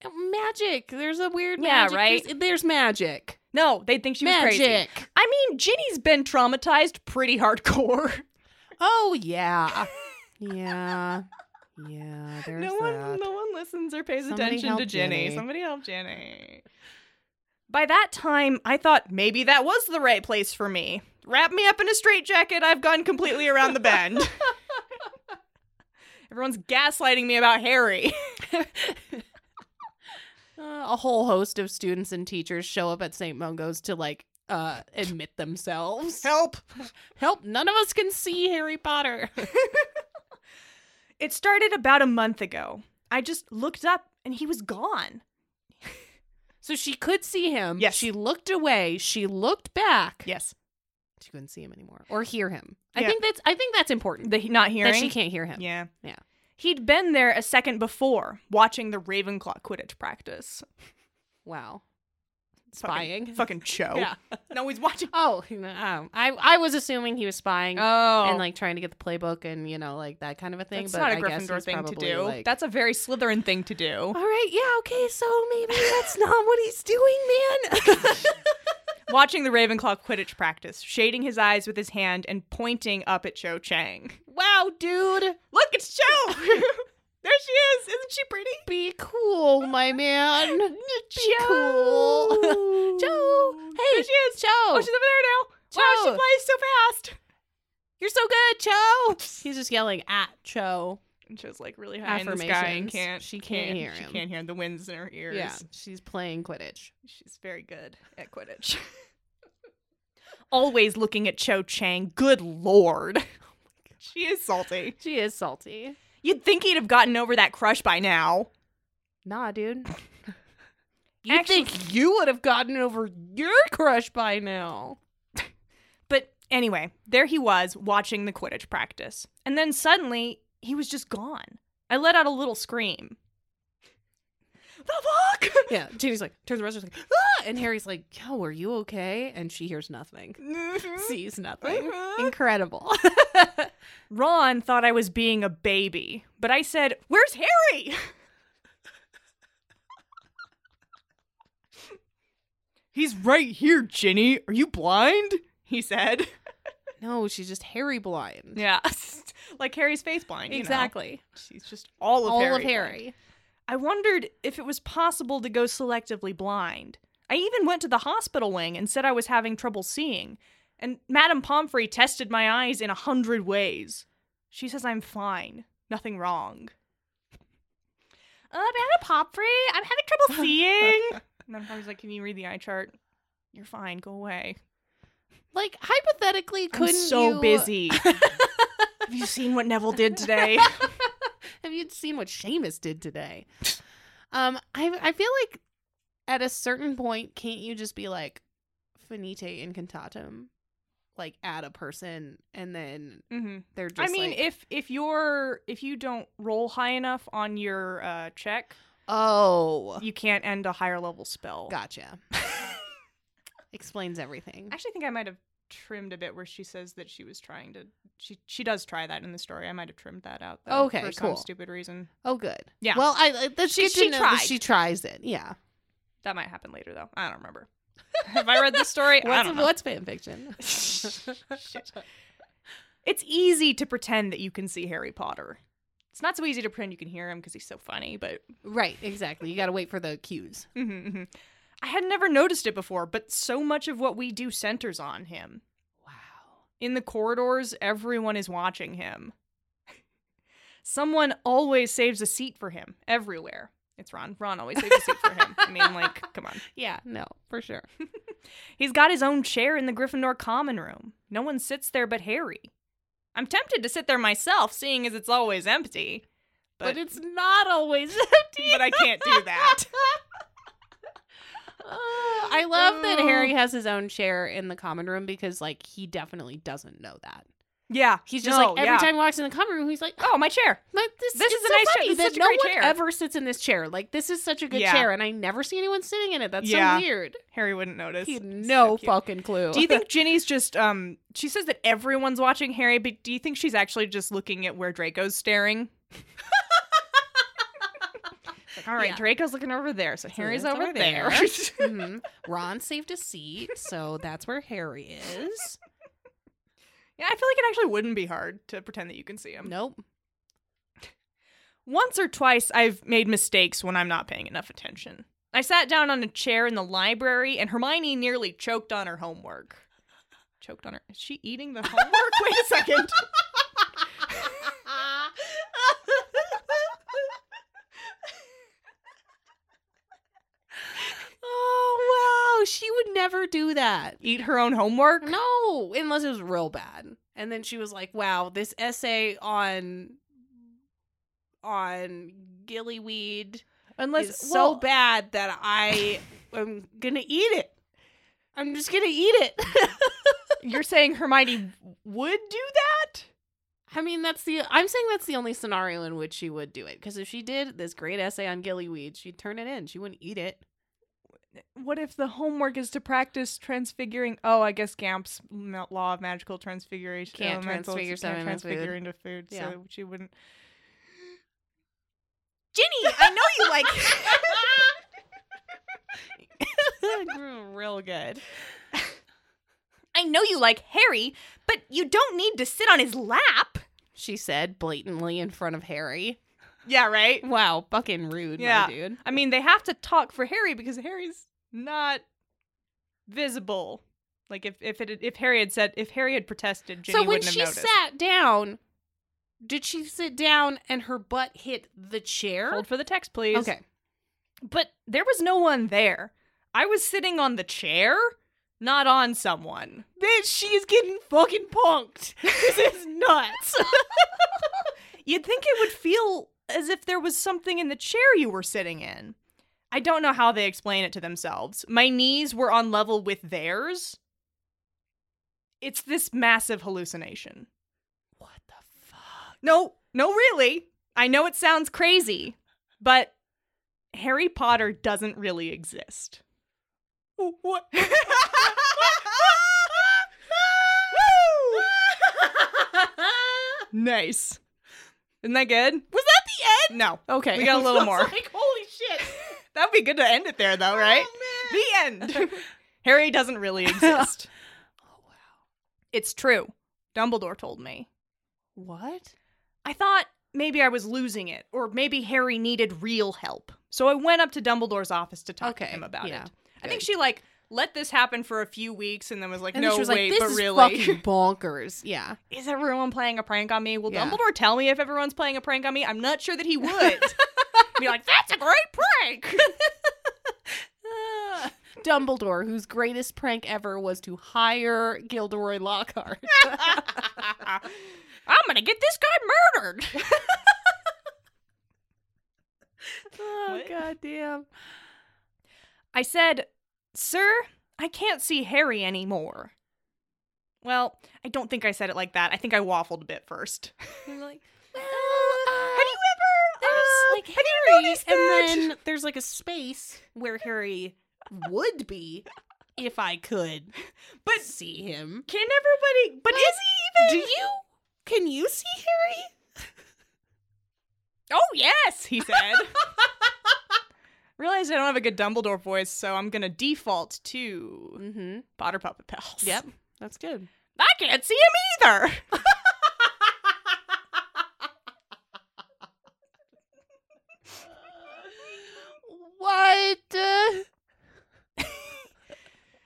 [SPEAKER 2] Oh, Magic. There's a weird.
[SPEAKER 1] Yeah,
[SPEAKER 2] magic.
[SPEAKER 1] right?
[SPEAKER 2] There's, there's magic.
[SPEAKER 1] No, they'd think she was
[SPEAKER 2] magic.
[SPEAKER 1] crazy. I mean, Ginny's been traumatized pretty hardcore.
[SPEAKER 2] Oh yeah, yeah, yeah. There's
[SPEAKER 1] no one,
[SPEAKER 2] that.
[SPEAKER 1] no one listens or pays
[SPEAKER 2] Somebody
[SPEAKER 1] attention
[SPEAKER 2] help
[SPEAKER 1] to Jenny.
[SPEAKER 2] Jenny.
[SPEAKER 1] Somebody help Jenny. By that time, I thought maybe that was the right place for me. Wrap me up in a straitjacket. I've gone completely around the bend. Everyone's gaslighting me about Harry.
[SPEAKER 2] Uh, a whole host of students and teachers show up at St. Mungo's to like uh, admit themselves.
[SPEAKER 1] Help!
[SPEAKER 2] Help! None of us can see Harry Potter.
[SPEAKER 1] It started about a month ago. I just looked up and he was gone.
[SPEAKER 2] so she could see him.
[SPEAKER 1] Yes.
[SPEAKER 2] She looked away. She looked back.
[SPEAKER 1] Yes,
[SPEAKER 2] She couldn't see him anymore or hear him. I
[SPEAKER 1] Yeah.
[SPEAKER 2] think that's. I think that's important.
[SPEAKER 1] the, not hearing.
[SPEAKER 2] That she can't hear him.
[SPEAKER 1] Yeah.
[SPEAKER 2] Yeah.
[SPEAKER 1] He'd been there a second before, watching the Ravenclaw Quidditch practice.
[SPEAKER 2] Wow.
[SPEAKER 1] Fucking-
[SPEAKER 2] Spying.
[SPEAKER 1] Fucking show.
[SPEAKER 2] Yeah.
[SPEAKER 1] No, he's watching.
[SPEAKER 2] Oh, you know, um, I I was assuming he was spying
[SPEAKER 1] Oh.
[SPEAKER 2] and like trying to get the playbook and you know like that kind of a thing.
[SPEAKER 1] that's
[SPEAKER 2] but
[SPEAKER 1] not a
[SPEAKER 2] I guess
[SPEAKER 1] Gryffindor
[SPEAKER 2] he's
[SPEAKER 1] thing to
[SPEAKER 2] probably,
[SPEAKER 1] do.
[SPEAKER 2] like-
[SPEAKER 1] That's a very Slytherin thing to do.
[SPEAKER 2] All right, yeah, okay, so maybe that's not what he's doing, man.
[SPEAKER 1] Watching the Ravenclaw Quidditch practice, shading his eyes with his hand and pointing up at Cho Chang.
[SPEAKER 2] wow, dude.
[SPEAKER 1] Look, it's Cho! there she is! Isn't she pretty?
[SPEAKER 2] Be cool, my man. Be cool. Joe. Hey,
[SPEAKER 1] There she is!
[SPEAKER 2] Joe.
[SPEAKER 1] Oh, she's over there now! Wow, she
[SPEAKER 2] Cho.
[SPEAKER 1] flies so fast!
[SPEAKER 2] You're so good, Cho. He's just yelling at Cho.
[SPEAKER 1] And Cho's like really high in the sky and
[SPEAKER 2] Affirmations.
[SPEAKER 1] can't.
[SPEAKER 2] She can't hear
[SPEAKER 1] She
[SPEAKER 2] him.
[SPEAKER 1] can't hear him. The wind's in her ears.
[SPEAKER 2] Yeah, she's playing Quidditch.
[SPEAKER 1] She's very good at Quidditch. Always looking at Cho Chang. Good lord. She is salty.
[SPEAKER 2] She is salty.
[SPEAKER 1] You'd think he'd have gotten over that crush by now.
[SPEAKER 2] Nah, dude. You
[SPEAKER 1] Actually-
[SPEAKER 2] think you would have gotten over your crush by now?
[SPEAKER 1] But anyway, there he was watching the Quidditch practice. And then suddenly, he was just gone. I let out a little scream. The fuck?
[SPEAKER 2] Yeah, Ginny's like turns around, she's like, ah! and Harry's like, "Yo, are you okay?" And she hears nothing, sees nothing.
[SPEAKER 1] Mhm.
[SPEAKER 2] Incredible.
[SPEAKER 1] Ron thought I was being a baby, but I said, Where's Harry? He's right here, Ginny. Are you blind? He said.
[SPEAKER 2] no, she's just Harry blind.
[SPEAKER 1] Yeah. like Harry's face blind. you know.
[SPEAKER 2] exactly.
[SPEAKER 1] She's just all of
[SPEAKER 2] All
[SPEAKER 1] Harry.
[SPEAKER 2] of
[SPEAKER 1] blind.
[SPEAKER 2] Harry.
[SPEAKER 1] I wondered if it was possible to go selectively blind. I even went to the hospital wing and said I was having trouble seeing, and Madame Pomfrey tested my eyes in a hundred ways. She says I'm fine, nothing wrong. Uh, Madame Pomfrey, I'm having trouble seeing. and I'm always like, can you read the eye chart? You're fine, go away.
[SPEAKER 2] Like hypothetically, couldn't
[SPEAKER 1] I'm so
[SPEAKER 2] you-
[SPEAKER 1] busy. Have you seen what Neville did today?
[SPEAKER 2] Have you seen what Seamus did today? um, I I feel like at a certain point, can't you just be like finite incantatum, like at a person, and then
[SPEAKER 1] mm-hmm.
[SPEAKER 2] they're just.
[SPEAKER 1] I mean,
[SPEAKER 2] like,
[SPEAKER 1] if if you're if you don't roll high enough on your uh, check,
[SPEAKER 2] oh,
[SPEAKER 1] you can't end a higher level spell.
[SPEAKER 2] gotcha. Explains everything.
[SPEAKER 1] I actually think I might have trimmed a bit where she says that she was trying to. She she does try that in the story. I might have trimmed that out. Though,
[SPEAKER 2] Okay,
[SPEAKER 1] for
[SPEAKER 2] cool.
[SPEAKER 1] some stupid reason.
[SPEAKER 2] Oh, good.
[SPEAKER 1] Yeah.
[SPEAKER 2] Well, I I- that's
[SPEAKER 1] She-
[SPEAKER 2] good to
[SPEAKER 1] she
[SPEAKER 2] know that
[SPEAKER 1] tried.
[SPEAKER 2] She tries it. Yeah.
[SPEAKER 1] That might happen later though. I don't remember. have I read this story? I
[SPEAKER 2] What's,
[SPEAKER 1] don't know.
[SPEAKER 2] what's fan fiction?
[SPEAKER 1] Shit. It's easy to pretend that you can see Harry Potter. It's not so easy to pretend you can hear him because he's so funny, but
[SPEAKER 2] right. Exactly. You got to wait for the cues.
[SPEAKER 1] Mhm, mhm. I had never noticed it before, but so much of what we do centers on him.
[SPEAKER 2] Wow.
[SPEAKER 1] In the corridors, everyone is watching him. Someone always saves a seat for him everywhere. It's Ron. Ron always saves a seat for him. I mean, like, come on.
[SPEAKER 2] Yeah. No. For sure.
[SPEAKER 1] He's got his own chair in the Gryffindor common room. No one sits there but Harry. I'm tempted to sit there myself, seeing as it's always empty.
[SPEAKER 2] But,
[SPEAKER 1] But,
[SPEAKER 2] it's not always empty.
[SPEAKER 1] but I can't do that.
[SPEAKER 2] Uh, I love that
[SPEAKER 1] Oh.
[SPEAKER 2] Harry has his own chair in the common room because, like, he definitely doesn't know that.
[SPEAKER 1] yeah,
[SPEAKER 2] He's just
[SPEAKER 1] No,
[SPEAKER 2] like every
[SPEAKER 1] yeah.
[SPEAKER 2] time he walks in the common room, he's like,
[SPEAKER 1] Oh, my chair.
[SPEAKER 2] But this,
[SPEAKER 1] This
[SPEAKER 2] it's
[SPEAKER 1] is a
[SPEAKER 2] so
[SPEAKER 1] nice chair.
[SPEAKER 2] funny
[SPEAKER 1] This is
[SPEAKER 2] that
[SPEAKER 1] such a
[SPEAKER 2] no
[SPEAKER 1] great
[SPEAKER 2] one
[SPEAKER 1] chair.
[SPEAKER 2] ever sits in this chair. Like this is such a good
[SPEAKER 1] Yeah.
[SPEAKER 2] chair, and I never see anyone sitting in it. That's
[SPEAKER 1] Yeah.
[SPEAKER 2] so weird.
[SPEAKER 1] Harry wouldn't notice.
[SPEAKER 2] He had
[SPEAKER 1] It's
[SPEAKER 2] no
[SPEAKER 1] so cute.
[SPEAKER 2] fucking clue.
[SPEAKER 1] Do you think Ginny's just um? She says that everyone's watching Harry, but do you think she's actually just looking at where Draco's staring? Like, all right,
[SPEAKER 2] Yeah.
[SPEAKER 1] Draco's looking over there, so Harry's
[SPEAKER 2] it's
[SPEAKER 1] over,
[SPEAKER 2] over
[SPEAKER 1] there.
[SPEAKER 2] there. Mhm. Ron saved a seat, so that's where Harry is.
[SPEAKER 1] yeah, I feel like it actually wouldn't be hard to pretend that you can see him.
[SPEAKER 2] Nope.
[SPEAKER 1] Once or twice, I've made mistakes when I'm not paying enough attention. I sat down on a chair in the library, and Hermione nearly choked on her homework. Choked on her. Is she eating the homework? Wait a second.
[SPEAKER 2] Oh wow, she would never do that.
[SPEAKER 1] Eat her own homework?
[SPEAKER 2] No, unless it was real bad. And then she was like, "Wow, this essay on on gillyweed
[SPEAKER 1] Unless
[SPEAKER 2] is so
[SPEAKER 1] well,
[SPEAKER 2] bad that I am gonna eat it. I'm just gonna eat it.
[SPEAKER 1] You're saying Hermione would do that?
[SPEAKER 2] I mean, that's the. I'm saying that's the only scenario in which she would do it. Because if she did this great essay on gillyweed, she'd turn it in. She wouldn't eat it.
[SPEAKER 1] What if the homework is to practice transfiguring? Oh, I guess Gamp's ma- law of magical transfiguration.
[SPEAKER 2] Can't
[SPEAKER 1] elementals,
[SPEAKER 2] transfigure
[SPEAKER 1] you
[SPEAKER 2] stuff
[SPEAKER 1] can't
[SPEAKER 2] into food.
[SPEAKER 1] transfigure into food,
[SPEAKER 2] Yeah.
[SPEAKER 1] so she wouldn't.
[SPEAKER 4] Ginny, I know you like.
[SPEAKER 2] Real good.
[SPEAKER 4] I know you like Harry, but you don't need to sit on his lap.
[SPEAKER 2] She said blatantly in front of Harry.
[SPEAKER 1] Yeah, right.
[SPEAKER 2] Wow, fucking rude,
[SPEAKER 1] Yeah.
[SPEAKER 2] my dude.
[SPEAKER 1] I mean, they have to talk for Harry because Harry's not visible. Like if if it if Harry had said if Harry had protested, Ginny
[SPEAKER 2] so when
[SPEAKER 1] wouldn't
[SPEAKER 2] she
[SPEAKER 1] have noticed.
[SPEAKER 2] sat down, did she sit down and her butt hit the chair?
[SPEAKER 1] Hold for the text, please.
[SPEAKER 2] okay.
[SPEAKER 1] But there was no one there. I was sitting on the chair, not on someone.
[SPEAKER 2] Bitch, she is getting fucking punked. This is nuts.
[SPEAKER 1] You'd think it would feel as if there was something in the chair you were sitting in. I don't know how they explain it to themselves. My knees were on level with theirs. It's this massive hallucination.
[SPEAKER 2] what the fuck?
[SPEAKER 1] No, no, really. I know it sounds crazy, but Harry Potter doesn't really exist. What? nice. Isn't that good? Was that the end? No.
[SPEAKER 2] Okay.
[SPEAKER 1] We got a little more.
[SPEAKER 2] like, holy shit.
[SPEAKER 1] That'd be good to end it there,
[SPEAKER 2] Oh,
[SPEAKER 1] though, right? the end. Harry doesn't really exist.
[SPEAKER 2] Oh, wow.
[SPEAKER 1] it's true. Dumbledore told me.
[SPEAKER 2] What?
[SPEAKER 1] I thought maybe I was losing it, or maybe Harry needed real help. So I went up to Dumbledore's office to talk to
[SPEAKER 2] Okay,
[SPEAKER 1] him about
[SPEAKER 2] yeah,
[SPEAKER 1] it. I think
[SPEAKER 2] good.
[SPEAKER 1] she like let this happen for a few weeks and then was like,
[SPEAKER 2] And
[SPEAKER 1] "No,
[SPEAKER 2] then she was
[SPEAKER 1] wait,
[SPEAKER 2] like, this
[SPEAKER 1] but
[SPEAKER 2] is
[SPEAKER 1] really,
[SPEAKER 2] fucking bonkers. Yeah.
[SPEAKER 1] is everyone playing a prank on me? Will
[SPEAKER 2] Yeah.
[SPEAKER 1] Dumbledore tell me if everyone's playing a prank on me? I'm not sure that he would. Be like, that's a great prank.
[SPEAKER 2] Dumbledore, whose greatest prank ever was to hire Gilderoy Lockhart.
[SPEAKER 1] I'm gonna get this guy murdered.
[SPEAKER 2] oh,
[SPEAKER 1] What?
[SPEAKER 2] goddamn.
[SPEAKER 1] I said, Sir, I can't see Harry anymore. Well, I don't think I said it like that. I think I waffled a bit first.
[SPEAKER 2] I'm like, "Ah,
[SPEAKER 1] have you ever? uh,
[SPEAKER 2] there's Uh, like
[SPEAKER 1] have you
[SPEAKER 2] Harry,
[SPEAKER 1] noticed that?
[SPEAKER 2] and then there's like a space where Harry would be if I could, but see him.
[SPEAKER 1] Can everybody? But is he
[SPEAKER 2] Do
[SPEAKER 1] even?
[SPEAKER 2] you? Can you see Harry?
[SPEAKER 1] oh yes, he said. Realized I don't have a good Dumbledore voice, so I'm gonna default to
[SPEAKER 2] Mm-hmm.
[SPEAKER 1] Potter Puppet Pals.
[SPEAKER 2] Yep, that's good.
[SPEAKER 1] I can't see him either.
[SPEAKER 2] What? Uh,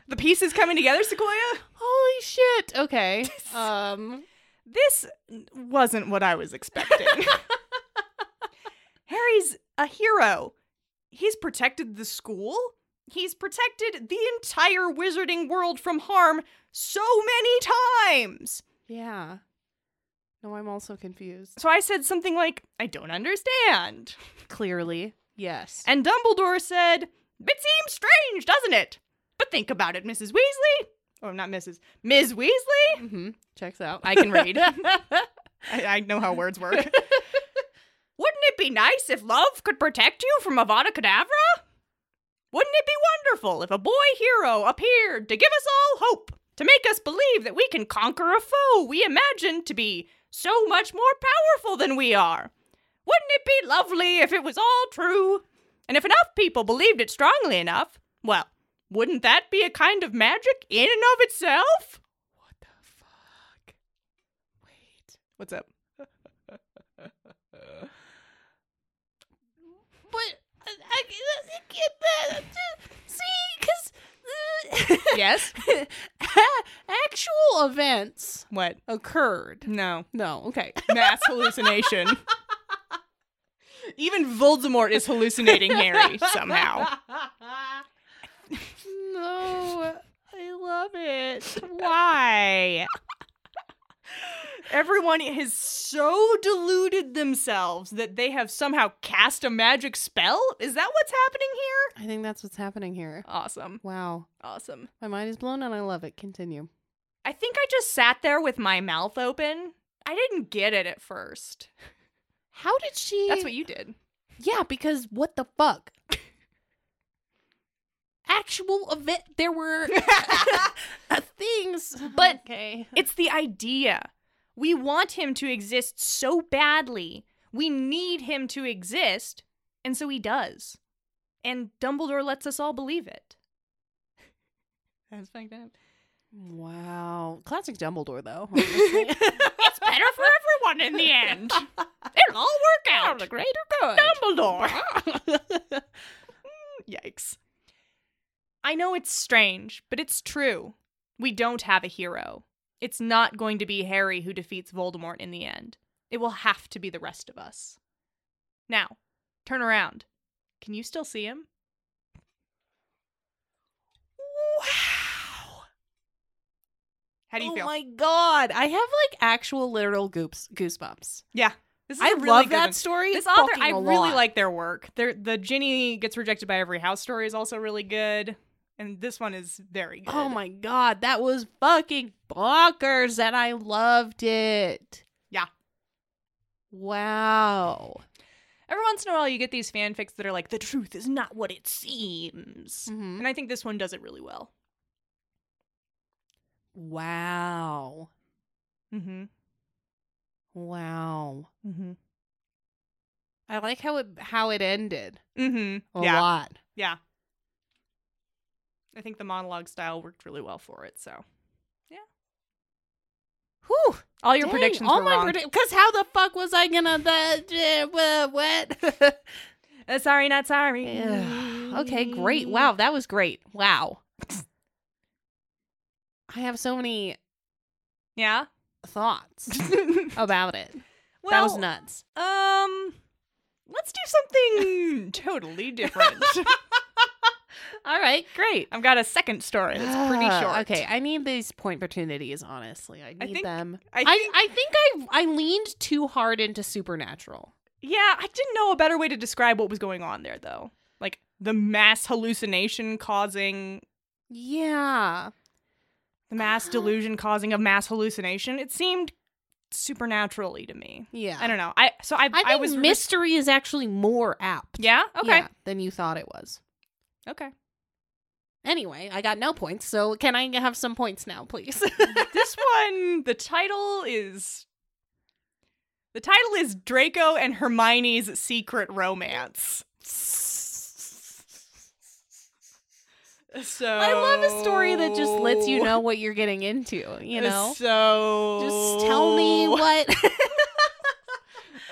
[SPEAKER 1] The pieces coming together, Sequoia.
[SPEAKER 2] holy shit! Okay. Um.
[SPEAKER 1] This wasn't what I was expecting. Harry's a hero. He's protected the school. He's protected the entire wizarding world from harm so many times.
[SPEAKER 2] Yeah. No, I'm also confused.
[SPEAKER 1] So I said something like, I don't understand.
[SPEAKER 2] Clearly, yes.
[SPEAKER 1] And Dumbledore said, It seems strange, doesn't it? But think about it, Mrs. Weasley. Or not Mrs. Ms. Weasley.
[SPEAKER 2] hmm Checks out.
[SPEAKER 1] I can read. I, I know how words work. Wouldn't it be nice if love could protect you from Avada Kedavra? Wouldn't it be wonderful if a boy hero appeared to give us all hope, to make us believe that we can conquer a foe we imagine to be so much more powerful than we are? Wouldn't it be lovely if it was all true? And if enough people believed it strongly enough, well, wouldn't that be a kind of magic in and of itself?
[SPEAKER 2] what the fuck? Wait.
[SPEAKER 1] What's up?
[SPEAKER 4] But I, I, I get that. See, because.
[SPEAKER 1] Yes?
[SPEAKER 2] Actual events
[SPEAKER 1] what?
[SPEAKER 2] occurred.
[SPEAKER 1] No.
[SPEAKER 2] No, okay.
[SPEAKER 1] mass hallucination. Even Voldemort is hallucinating Harry somehow.
[SPEAKER 2] no, I love it.
[SPEAKER 1] Why? Everyone has so deluded themselves that they have somehow cast a magic spell? Is that what's happening here?
[SPEAKER 2] I think that's what's happening here.
[SPEAKER 1] Awesome.
[SPEAKER 2] Wow.
[SPEAKER 1] Awesome.
[SPEAKER 2] My mind is blown and I love it. Continue.
[SPEAKER 1] I think I just sat there with my mouth open. I didn't get it at first.
[SPEAKER 2] How did she
[SPEAKER 1] That's what you did.
[SPEAKER 2] Yeah, because what the fuck? Actual event there were uh, things.
[SPEAKER 1] But
[SPEAKER 2] okay.
[SPEAKER 1] It's the idea. We want him to exist so badly. We need him to exist. And so he does. And Dumbledore lets us all believe it. That's fucked up.
[SPEAKER 2] Wow. Classic Dumbledore though. honestly.
[SPEAKER 1] It's better for everyone in the end. It'll all work out.
[SPEAKER 2] the greater good.
[SPEAKER 1] Dumbledore. Yikes. I know it's strange, but it's true. We don't have a hero. It's not going to be Harry who defeats Voldemort in the end. It will have to be the rest of us. Now, turn around. Can you still see him?
[SPEAKER 2] Wow.
[SPEAKER 1] How do you
[SPEAKER 2] oh
[SPEAKER 1] feel?
[SPEAKER 2] my god. I have like actual literal goops goosebumps.
[SPEAKER 1] yeah. This is
[SPEAKER 2] I
[SPEAKER 1] a really
[SPEAKER 2] love
[SPEAKER 1] good
[SPEAKER 2] that
[SPEAKER 1] one.
[SPEAKER 2] story.
[SPEAKER 1] This author,
[SPEAKER 2] fucking
[SPEAKER 1] I
[SPEAKER 2] a
[SPEAKER 1] really
[SPEAKER 2] lot.
[SPEAKER 1] like their work. Their, the Ginny gets rejected by every house story is also really good, and this one is very good.
[SPEAKER 2] Oh my god, that was fucking bonkers and I loved it.
[SPEAKER 1] Yeah.
[SPEAKER 2] Wow.
[SPEAKER 1] Every once in a while, you get these fanfics that are like, the truth is not what it seems.
[SPEAKER 2] Mhm.
[SPEAKER 1] And I think this one does it really well.
[SPEAKER 2] Wow.
[SPEAKER 1] Mm-hmm.
[SPEAKER 2] Wow.
[SPEAKER 1] Mm-hmm.
[SPEAKER 2] I like how it how it ended.
[SPEAKER 1] Mm-hmm.
[SPEAKER 2] A
[SPEAKER 1] Yeah.
[SPEAKER 2] lot.
[SPEAKER 1] Yeah. I think the monologue style worked really well for it, so.
[SPEAKER 2] Whew.
[SPEAKER 1] All your
[SPEAKER 2] Dang,
[SPEAKER 1] predictions
[SPEAKER 2] all
[SPEAKER 1] were
[SPEAKER 2] my
[SPEAKER 1] wrong.
[SPEAKER 2] Because how the fuck was I gonna the uh, what?
[SPEAKER 1] Uh, sorry, not sorry.
[SPEAKER 2] Ugh. okay, great. Wow, that was great. Wow. I have so many
[SPEAKER 1] Yeah?
[SPEAKER 2] thoughts about it.
[SPEAKER 1] well,
[SPEAKER 2] that was nuts.
[SPEAKER 1] Um, let's do something totally different.
[SPEAKER 2] All right, great.
[SPEAKER 1] I've got a second story that's pretty
[SPEAKER 2] Ah,
[SPEAKER 1] short.
[SPEAKER 2] Okay, I need these point opportunities. Honestly, I need
[SPEAKER 1] think-
[SPEAKER 2] them.
[SPEAKER 1] I
[SPEAKER 2] I
[SPEAKER 1] think-
[SPEAKER 2] I think I I leaned too hard into supernatural.
[SPEAKER 1] Yeah, I didn't know a better way to describe what was going on there, though. Like the mass hallucination causing
[SPEAKER 2] Yeah.
[SPEAKER 1] the mass
[SPEAKER 2] Uh-huh.
[SPEAKER 1] delusion causing a mass hallucination. It seemed supernaturally to me.
[SPEAKER 2] Yeah.
[SPEAKER 1] I don't know. I so I I,
[SPEAKER 2] I think
[SPEAKER 1] was re-
[SPEAKER 2] mystery is actually more apt.
[SPEAKER 1] yeah. Okay.
[SPEAKER 2] yeah, than you thought it was.
[SPEAKER 1] Okay.
[SPEAKER 2] Anyway, I got no points, so can I have some points now, please?
[SPEAKER 1] this one, the title is. The title is Draco and Hermione's Secret Romance. So
[SPEAKER 2] I love a story that just lets you know what you're getting into, you know?
[SPEAKER 1] Uh, So
[SPEAKER 2] Just tell me what.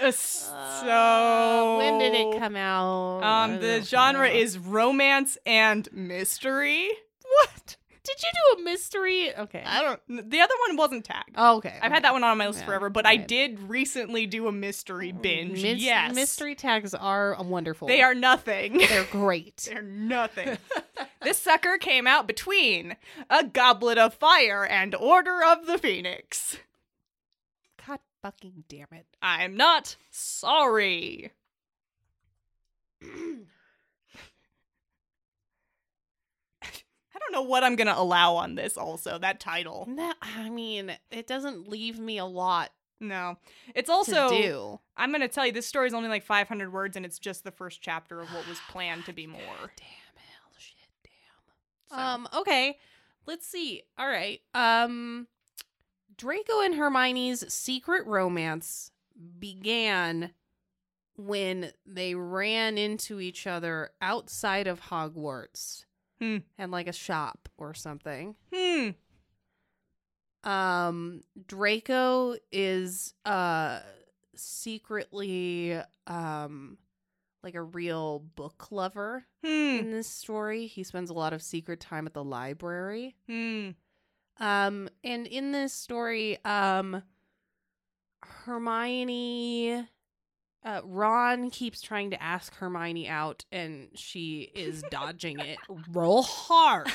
[SPEAKER 1] Uh, so
[SPEAKER 2] Uh, when did it come out? I
[SPEAKER 1] Um,
[SPEAKER 2] don't
[SPEAKER 1] the
[SPEAKER 2] know.
[SPEAKER 1] genre is romance and mystery. What?
[SPEAKER 2] Did you do a mystery? Okay.
[SPEAKER 1] I don't. The other one wasn't tagged.
[SPEAKER 2] Oh, okay.
[SPEAKER 1] I've had that one on my list
[SPEAKER 2] Yeah,
[SPEAKER 1] forever, but I
[SPEAKER 2] right. Oh,
[SPEAKER 1] did recently do a mystery binge.
[SPEAKER 2] Mys-
[SPEAKER 1] yes,
[SPEAKER 2] Mystery tags are wonderful.
[SPEAKER 1] They are nothing.
[SPEAKER 2] They're great.
[SPEAKER 1] They're nothing. this sucker came out between a Goblet of Fire and Order of the Phoenix.
[SPEAKER 2] God fucking damn it.
[SPEAKER 1] I'm not sorry. I don't know what I'm going to allow on this, also, that title.
[SPEAKER 2] No, I mean, it doesn't leave me a lot
[SPEAKER 1] No. It's also.
[SPEAKER 2] to do.
[SPEAKER 1] I'm going to tell you, this story is only like 500 words, and it's just the first chapter of what was planned to be more.
[SPEAKER 2] Damn hell shit damn.
[SPEAKER 1] So.
[SPEAKER 2] Um okay. Let's see. All right. Um Draco and Hermione's secret romance began when they ran into each other outside of Hogwarts
[SPEAKER 1] Hmm.
[SPEAKER 2] and like a shop or something.
[SPEAKER 1] Hmm.
[SPEAKER 2] um draco is uh secretly um like a real book lover
[SPEAKER 1] Hmm.
[SPEAKER 2] in this story he spends a lot of secret time at the library
[SPEAKER 1] Hmm.
[SPEAKER 2] um and in this story um hermione uh, Ron keeps trying to ask Hermione out, and she is dodging it. Roll hard.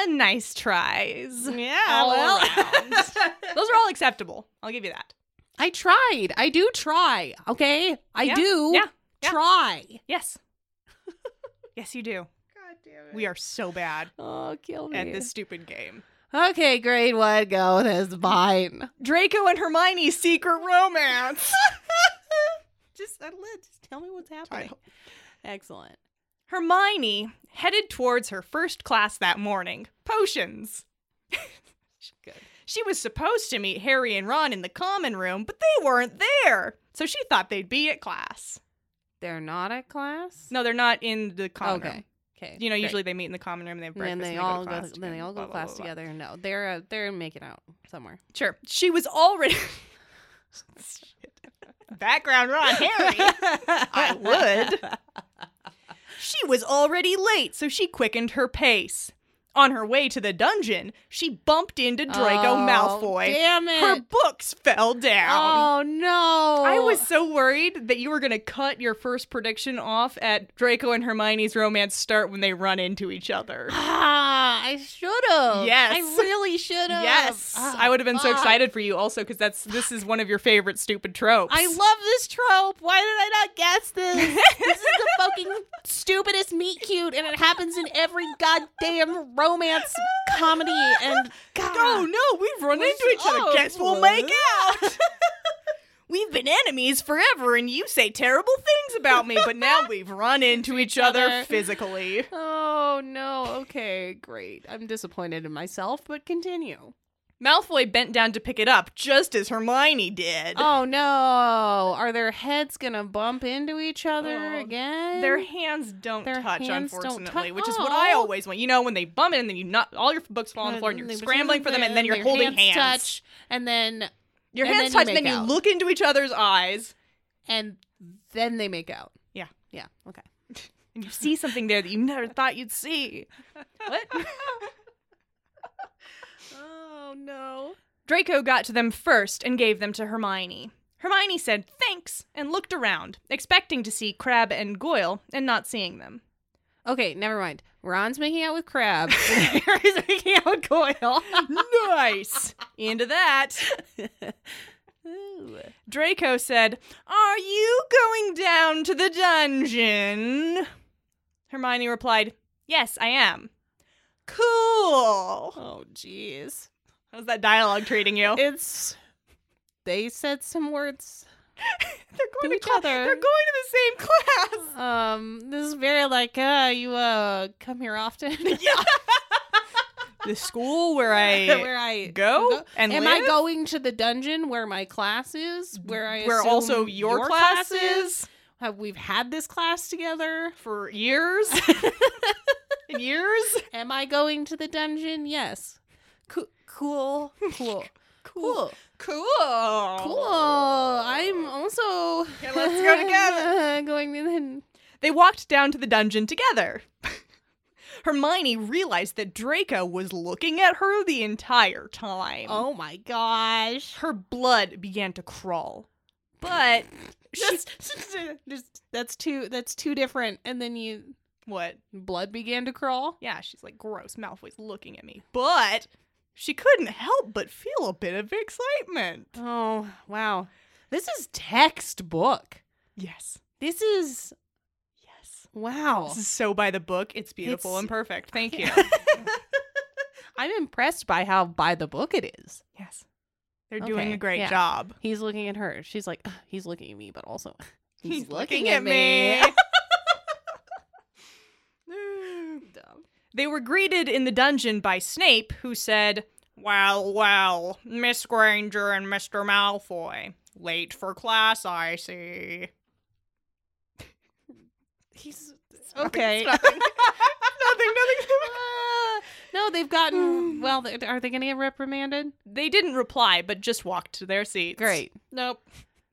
[SPEAKER 1] A nice tries.
[SPEAKER 2] Yeah,
[SPEAKER 1] All around. Those are all acceptable. I'll give you that.
[SPEAKER 2] I tried. I do try. Okay. I
[SPEAKER 1] Yeah.
[SPEAKER 2] do
[SPEAKER 1] Yeah. Yeah.
[SPEAKER 2] try.
[SPEAKER 1] Yes. yes, you do.
[SPEAKER 2] God damn
[SPEAKER 1] We are so bad
[SPEAKER 2] Oh, kill me.
[SPEAKER 1] at this stupid game.
[SPEAKER 2] Okay, grade one. Go. That's fine.
[SPEAKER 1] Draco and Hermione's secret romance.
[SPEAKER 2] just, I lit. just tell me what's happening. Excellent.
[SPEAKER 1] Hermione headed towards her first class that morning potions.
[SPEAKER 2] Good.
[SPEAKER 1] She was supposed to meet Harry and Ron in the common room, but they weren't there. So she thought they'd be at class.
[SPEAKER 2] They're not at class.
[SPEAKER 1] No, they're not in the common
[SPEAKER 2] Okay.
[SPEAKER 1] room.
[SPEAKER 2] Okay.
[SPEAKER 1] You know,
[SPEAKER 2] great.
[SPEAKER 1] usually they meet in the common room and they have
[SPEAKER 2] And
[SPEAKER 1] breakfast.
[SPEAKER 2] then they,
[SPEAKER 1] go to
[SPEAKER 2] all go.
[SPEAKER 1] class
[SPEAKER 2] then they all go
[SPEAKER 1] blah,
[SPEAKER 2] to
[SPEAKER 1] blah,
[SPEAKER 2] class
[SPEAKER 1] blah, blah.
[SPEAKER 2] together. No, they're uh, they're making out somewhere.
[SPEAKER 1] Sure. She was already. Shit. Background Ron Harry. I would. She was already late, so she quickened her pace. On her way to the dungeon, she bumped into Draco
[SPEAKER 2] Oh,
[SPEAKER 1] Malfoy.
[SPEAKER 2] Damn it.
[SPEAKER 1] Her books fell down.
[SPEAKER 2] oh no.
[SPEAKER 1] I was so worried that you were going to cut your first prediction off at Draco and Hermione's romance start when they run into each other.
[SPEAKER 2] Ah, I should have.
[SPEAKER 1] Yes.
[SPEAKER 2] I really should have.
[SPEAKER 1] Yes, I would have
[SPEAKER 2] Ah.
[SPEAKER 1] been so excited for you also because that's this is one of your favorite stupid tropes.
[SPEAKER 2] I love this trope. Why did I not guess this? this is the fucking stupidest meet cute, and it happens in every goddamn romance comedy. And God,
[SPEAKER 1] Oh no, we've run
[SPEAKER 2] Which-
[SPEAKER 1] into each other.
[SPEAKER 2] oh,
[SPEAKER 1] Guess we'll
[SPEAKER 2] what?
[SPEAKER 1] make out. we've been enemies forever, and you say terrible things about me, but now we've run into each other
[SPEAKER 2] other.
[SPEAKER 1] physically.
[SPEAKER 2] oh no. Okay, great. I'm disappointed in myself, but continue.
[SPEAKER 1] Malfoy bent down to pick it up, just as Hermione did.
[SPEAKER 2] Oh no. Are their heads gonna bump into each other
[SPEAKER 1] Oh,
[SPEAKER 2] again?
[SPEAKER 1] Their hands don't
[SPEAKER 2] Their
[SPEAKER 1] touch,
[SPEAKER 2] hands don't
[SPEAKER 1] unfortunately,
[SPEAKER 2] tou-
[SPEAKER 1] which is what I
[SPEAKER 2] Aw.
[SPEAKER 1] always want. You know, when they bump it and then you knock all your books fall on the floor and you're
[SPEAKER 2] They-
[SPEAKER 1] scrambling for them, and then you're
[SPEAKER 2] their
[SPEAKER 1] holding hands.
[SPEAKER 2] touch, and then
[SPEAKER 1] Your
[SPEAKER 2] and
[SPEAKER 1] hands
[SPEAKER 2] then you
[SPEAKER 1] touch, and
[SPEAKER 2] make
[SPEAKER 1] then you
[SPEAKER 2] out.
[SPEAKER 1] look into each other's eyes,
[SPEAKER 2] and then they make out.
[SPEAKER 1] Yeah.
[SPEAKER 2] Yeah. Okay.
[SPEAKER 1] and you see something there that you never thought you'd see. What?
[SPEAKER 2] Oh no.
[SPEAKER 1] Draco got to them first and gave them to Hermione. Hermione said thanks and looked around, expecting to see Crab and Goyle and not seeing them.
[SPEAKER 2] Okay, never mind. Ron's making out with Crab. and Harry's making out with Goyle.
[SPEAKER 1] nice! Into that. Draco said, Are you going down to the dungeon? Hermione replied, Yes, I am. Cool!
[SPEAKER 2] Oh jeez.
[SPEAKER 1] How's that dialogue treating you?
[SPEAKER 2] It's they said some words.
[SPEAKER 1] they're
[SPEAKER 2] to each
[SPEAKER 1] cla-
[SPEAKER 2] other.
[SPEAKER 1] They're going to the same class.
[SPEAKER 2] Um this is very like uh you uh come here often.
[SPEAKER 1] Yeah. the school where I
[SPEAKER 2] where I
[SPEAKER 1] go and
[SPEAKER 2] Am I
[SPEAKER 1] live?
[SPEAKER 2] going to the dungeon where my class is? Where I
[SPEAKER 1] where
[SPEAKER 2] assume
[SPEAKER 1] also your, class is
[SPEAKER 2] Have we've had this class together?
[SPEAKER 1] for years and years.
[SPEAKER 2] Am I going to the dungeon? Yes. Coo- cool. Cool. Cool.
[SPEAKER 1] Cool.
[SPEAKER 2] Cool. I'm also.
[SPEAKER 1] Okay, let's go together.
[SPEAKER 2] going in.
[SPEAKER 1] They walked down to the dungeon together. Hermione realized that Draco was looking at her the entire time.
[SPEAKER 2] Oh my gosh.
[SPEAKER 1] Her blood began to crawl. But she
[SPEAKER 2] That's, just- that's two. That's two different. And then you
[SPEAKER 1] what?
[SPEAKER 2] blood began to crawl.
[SPEAKER 1] Yeah, she's like gross. Malfoy's looking at me. But She couldn't help but feel a bit of excitement.
[SPEAKER 2] Oh, wow. This is textbook.
[SPEAKER 1] Yes.
[SPEAKER 2] This is
[SPEAKER 1] Yes.
[SPEAKER 2] wow.
[SPEAKER 1] This is so by the book. It's beautiful
[SPEAKER 2] It's-
[SPEAKER 1] and perfect. Thank you.
[SPEAKER 2] I'm impressed by how by the book it is.
[SPEAKER 1] yes. They're doing
[SPEAKER 2] Okay,
[SPEAKER 1] a great
[SPEAKER 2] yeah.
[SPEAKER 1] job.
[SPEAKER 2] He's looking at her. She's like, "Ugh, he's looking at me, but also he's, Dumb.
[SPEAKER 1] They were greeted in the dungeon by Snape, who said, Well, well, Miss Granger and Mr. Malfoy. Late for class, I see.
[SPEAKER 2] He's
[SPEAKER 1] Okay.
[SPEAKER 2] nothing.
[SPEAKER 1] Nothing, nothing.
[SPEAKER 2] no, they've gotten well. they- Are they going to get reprimanded?
[SPEAKER 1] They didn't reply, but just walked to their seats.
[SPEAKER 2] Great.
[SPEAKER 1] Nope.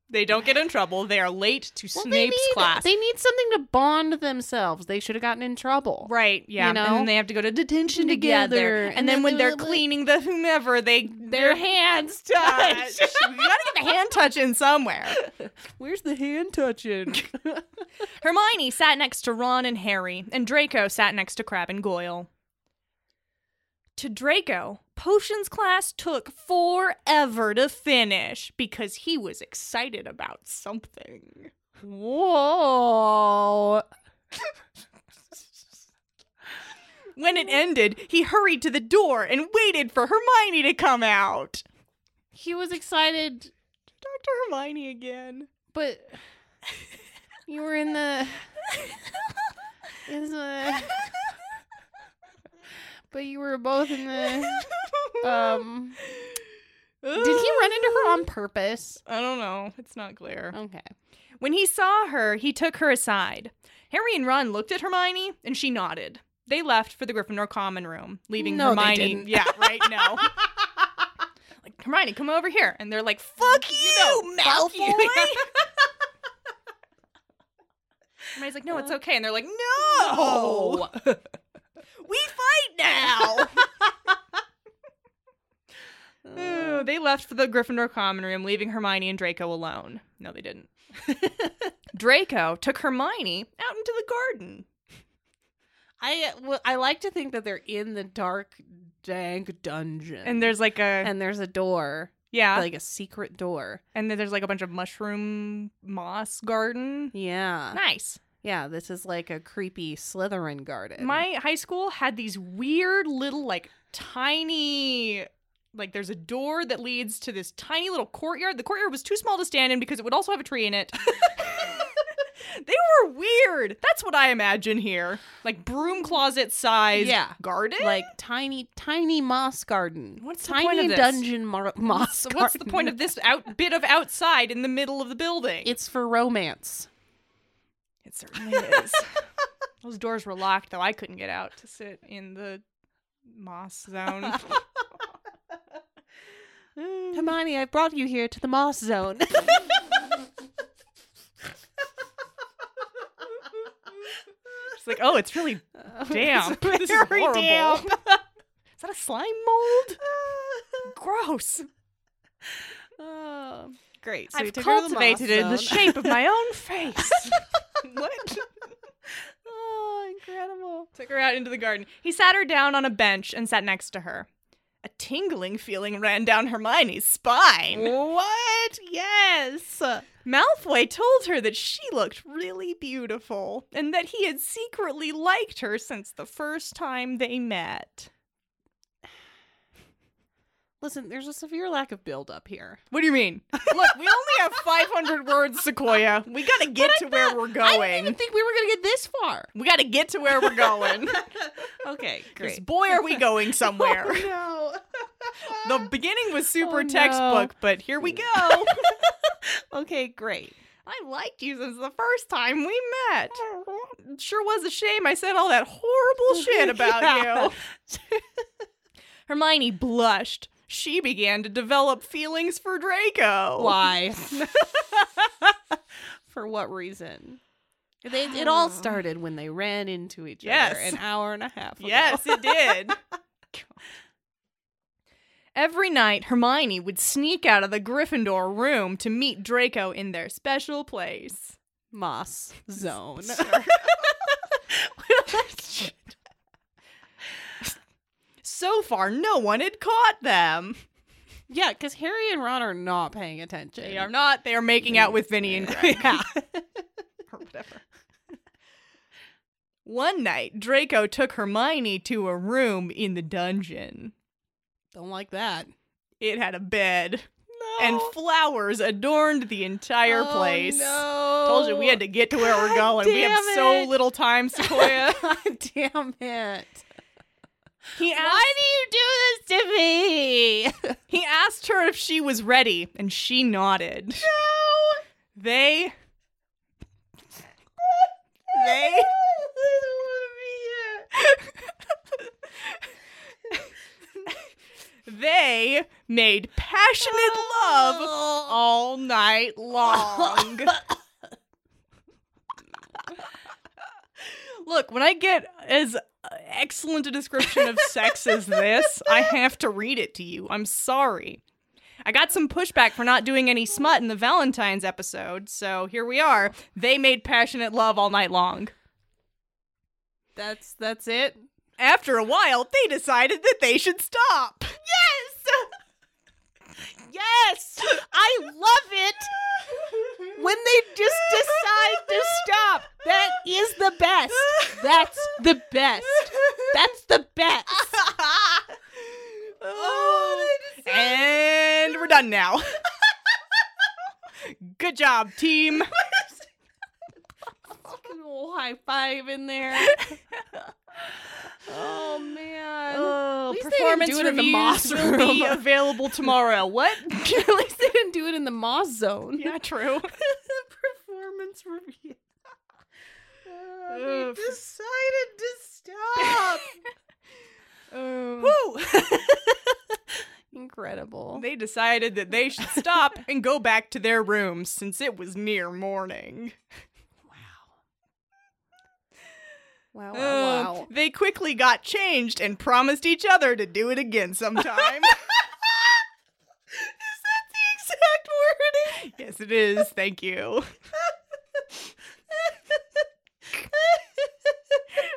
[SPEAKER 1] They don't get in trouble. They are late to
[SPEAKER 2] Well, they
[SPEAKER 1] Snape's
[SPEAKER 2] need-
[SPEAKER 1] class.
[SPEAKER 2] They need something to bond themselves. They should have gotten in trouble.
[SPEAKER 1] Right, yeah.
[SPEAKER 2] You know?
[SPEAKER 1] And then they have to go to detention together.
[SPEAKER 2] Together.
[SPEAKER 1] And,
[SPEAKER 2] And
[SPEAKER 1] then,
[SPEAKER 2] then
[SPEAKER 1] when
[SPEAKER 2] the
[SPEAKER 1] they're
[SPEAKER 2] little-
[SPEAKER 1] cleaning the whomever, they
[SPEAKER 2] Their hands touch.
[SPEAKER 1] you gotta get the hand touch in somewhere.
[SPEAKER 2] Where's the hand touching?
[SPEAKER 1] Hermione sat next to Ron and Harry, and Draco sat next to Crab and Goyle. To Draco, potions class took forever to finish because he was excited about something.
[SPEAKER 2] Whoa.
[SPEAKER 1] When it ended, he hurried to the door and waited for Hermione to come out.
[SPEAKER 2] He was excited,
[SPEAKER 1] Dr. Hermione again.
[SPEAKER 2] but you were in the. Is the but you were both in the.
[SPEAKER 1] Uh,
[SPEAKER 2] Um. Did he run into her on purpose?
[SPEAKER 1] I don't know. It's not clear.
[SPEAKER 2] Okay.
[SPEAKER 1] Oh. When he saw her, he took her aside. Harry and Ron looked at Hermione, and she nodded. They left for the Gryffindor common room, leaving
[SPEAKER 2] No, they
[SPEAKER 1] Hermione.
[SPEAKER 2] didn't.
[SPEAKER 1] Yeah, right. No. like Hermione, come over here, and they're like, "Fuck you,
[SPEAKER 2] fuck you."
[SPEAKER 1] Malfoy." Hermione's like, "No, it's okay," and they're like, Uh. "No, we fight now." Oh, they left for the Gryffindor common room, leaving Hermione and Draco alone. No, they didn't. Draco took Hermione out into the garden.
[SPEAKER 2] I well, I like to think that they're in the dark, dank dungeon,
[SPEAKER 1] And there's like a
[SPEAKER 2] and there's a door,
[SPEAKER 1] yeah,
[SPEAKER 2] like a secret door.
[SPEAKER 1] and then there's like a bunch of mushroom moss garden.
[SPEAKER 2] Yeah,
[SPEAKER 1] Nice.
[SPEAKER 2] yeah. This is like a creepy Slytherin garden.
[SPEAKER 1] My high school had these weird little like tiny like there's a door that leads to this tiny little courtyard. The courtyard was too small to stand in because it would also have a tree in it. they were weird. That's what I imagine here. Like broom closet sized
[SPEAKER 2] Yeah.
[SPEAKER 1] garden.
[SPEAKER 2] like tiny, tiny moss garden.
[SPEAKER 1] What's the
[SPEAKER 2] tiny
[SPEAKER 1] point of this?
[SPEAKER 2] dungeon mar- moss?
[SPEAKER 1] so what's the point of this out bit of outside in the middle of the building?
[SPEAKER 2] It's for romance.
[SPEAKER 1] It certainly is. Those doors were locked, though. I couldn't get out to sit in the moss zone.
[SPEAKER 2] Hermione, I brought you here to the moss zone.
[SPEAKER 1] it's like, oh, it's really damp. this is
[SPEAKER 2] very
[SPEAKER 1] horrible.
[SPEAKER 2] damp.
[SPEAKER 1] is that a slime mold? Gross.
[SPEAKER 2] Oh.
[SPEAKER 1] Great.
[SPEAKER 2] so you
[SPEAKER 1] I've
[SPEAKER 2] took her to the
[SPEAKER 1] cultivated it in
[SPEAKER 2] moss
[SPEAKER 1] the
[SPEAKER 2] zone.
[SPEAKER 1] shape of my own face. what?
[SPEAKER 2] oh, incredible.
[SPEAKER 1] Took her out into the garden. He sat her down on a bench and sat next to her. A tingling feeling ran down Hermione's spine.
[SPEAKER 2] What? Yes.
[SPEAKER 1] Malfoy told her that she looked really beautiful and that he had secretly liked her since the first time they met.
[SPEAKER 2] Listen, there's a severe lack of build up here.
[SPEAKER 1] What do you mean? Look, we only have 500 words, Sequoia. We gotta get to where we're
[SPEAKER 2] I didn't even
[SPEAKER 1] going.
[SPEAKER 2] think we were going to get this far.
[SPEAKER 1] We gotta get to where we're going.
[SPEAKER 2] Okay,
[SPEAKER 1] 'Cause boy, are we going somewhere.
[SPEAKER 2] Oh, No.
[SPEAKER 1] The beginning was super
[SPEAKER 2] Oh, no.
[SPEAKER 1] textbook, but here we go.
[SPEAKER 2] okay, great.
[SPEAKER 1] I liked you since the first time we met. Sure was a shame I said all that horrible shit about you. Hermione blushed. She began to develop feelings for Draco.
[SPEAKER 2] Why? For what reason? They, it all started when they ran into each
[SPEAKER 1] Um, Yes.
[SPEAKER 2] other an hour and a half ago.
[SPEAKER 1] Yes, it did. Every night, Hermione would sneak out of the Gryffindor room to meet Draco in their special place.
[SPEAKER 2] Moss zone.
[SPEAKER 1] so far, no one had caught them.
[SPEAKER 2] Yeah, because Harry and Ron are not paying attention.
[SPEAKER 1] They are not. They are making out with Vinny and Greg.
[SPEAKER 2] Yeah.
[SPEAKER 1] or whatever. One night, Draco took Hermione to a room in the dungeon.
[SPEAKER 2] Don't like that. Oh,
[SPEAKER 1] It had a bed,
[SPEAKER 2] No.
[SPEAKER 1] and flowers adorned the entire
[SPEAKER 2] Oh,
[SPEAKER 1] place.
[SPEAKER 2] No.
[SPEAKER 1] Told you we had to get to where we're
[SPEAKER 2] God
[SPEAKER 1] going. We have
[SPEAKER 2] damn
[SPEAKER 1] so
[SPEAKER 2] it.
[SPEAKER 1] little time, Sequoia.
[SPEAKER 2] God damn it.
[SPEAKER 1] he
[SPEAKER 2] Why do you do this to me?
[SPEAKER 1] He asked her if she was ready, and she nodded. No! They. They. they made passionate love
[SPEAKER 2] Oh.
[SPEAKER 1] all night long. Look, when I get as excellent a description of sex as this, I have to read it to you. I'm sorry. I got some pushback for not doing any smut in the Valentine's episode, so here we are. They made passionate love all night long.
[SPEAKER 2] That's that's it.
[SPEAKER 1] After a while, they decided that they should stop.
[SPEAKER 2] Yes, I love it. When they just decide to stop, that is the best. That's the best. That's the best. Oh,
[SPEAKER 1] and we're done now. Good job, team.
[SPEAKER 2] Fucking little high five in there. oh man.
[SPEAKER 1] Oh,
[SPEAKER 2] least they didn't
[SPEAKER 1] performance
[SPEAKER 2] do it in the
[SPEAKER 1] reviews
[SPEAKER 2] moss
[SPEAKER 1] will be
[SPEAKER 2] room.
[SPEAKER 1] available tomorrow. What?
[SPEAKER 2] At least they didn't do it in the moss zone.
[SPEAKER 1] yeah, true.
[SPEAKER 2] Performance review.
[SPEAKER 1] Ugh.
[SPEAKER 2] decided to stop. Oh.
[SPEAKER 1] Woo!
[SPEAKER 2] Incredible.
[SPEAKER 1] They decided that they should stop and go back to their rooms since it was near morning.
[SPEAKER 2] Wow,
[SPEAKER 1] Uh,
[SPEAKER 2] Oh, wow, wow.
[SPEAKER 1] They quickly got changed and promised each other to do it again sometime. Is that the exact wording? Yes, it is. Thank you.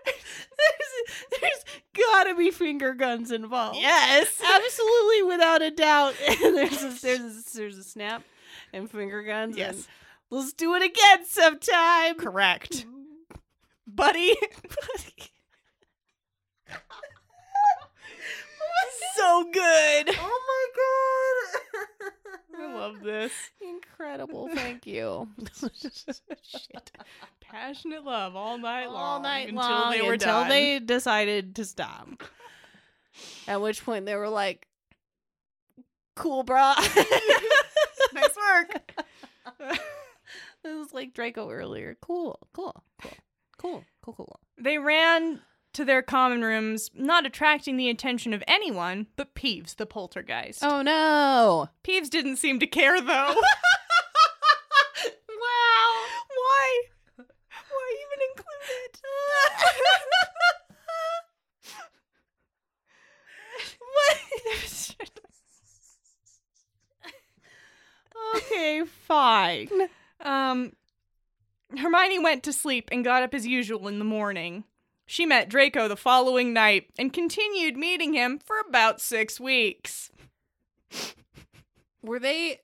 [SPEAKER 2] there's, there's gotta be finger guns
[SPEAKER 1] Oh.
[SPEAKER 2] involved.
[SPEAKER 1] Yes.
[SPEAKER 2] absolutely, without a doubt. there's a, there's a, there's a snap and finger guns. and
[SPEAKER 1] Yes.
[SPEAKER 2] let's do it again sometime.
[SPEAKER 1] Correct. Buddy. so good.
[SPEAKER 2] Oh my
[SPEAKER 1] I love this.
[SPEAKER 2] Incredible. Thank you.
[SPEAKER 1] Shit. Passionate love all night long.
[SPEAKER 2] All night
[SPEAKER 1] until
[SPEAKER 2] long
[SPEAKER 1] they were
[SPEAKER 2] until
[SPEAKER 1] done.
[SPEAKER 2] they decided to stop. At which point they were like, "Cool, bra."
[SPEAKER 1] nice work.
[SPEAKER 2] It was like Draco earlier. Cool, cool, cool, cool, cool, cool.
[SPEAKER 1] They ran to their common rooms, not attracting the attention of anyone but Peeves, the poltergeist.
[SPEAKER 2] Oh no!
[SPEAKER 1] Peeves didn't seem to care though.
[SPEAKER 2] Wow.
[SPEAKER 1] Why? Why even include it? what?
[SPEAKER 2] Okay, fine.
[SPEAKER 1] Um, Hermione went to sleep and got up as usual in the morning. She met Draco the following night and continued meeting him for about six weeks.
[SPEAKER 2] Were they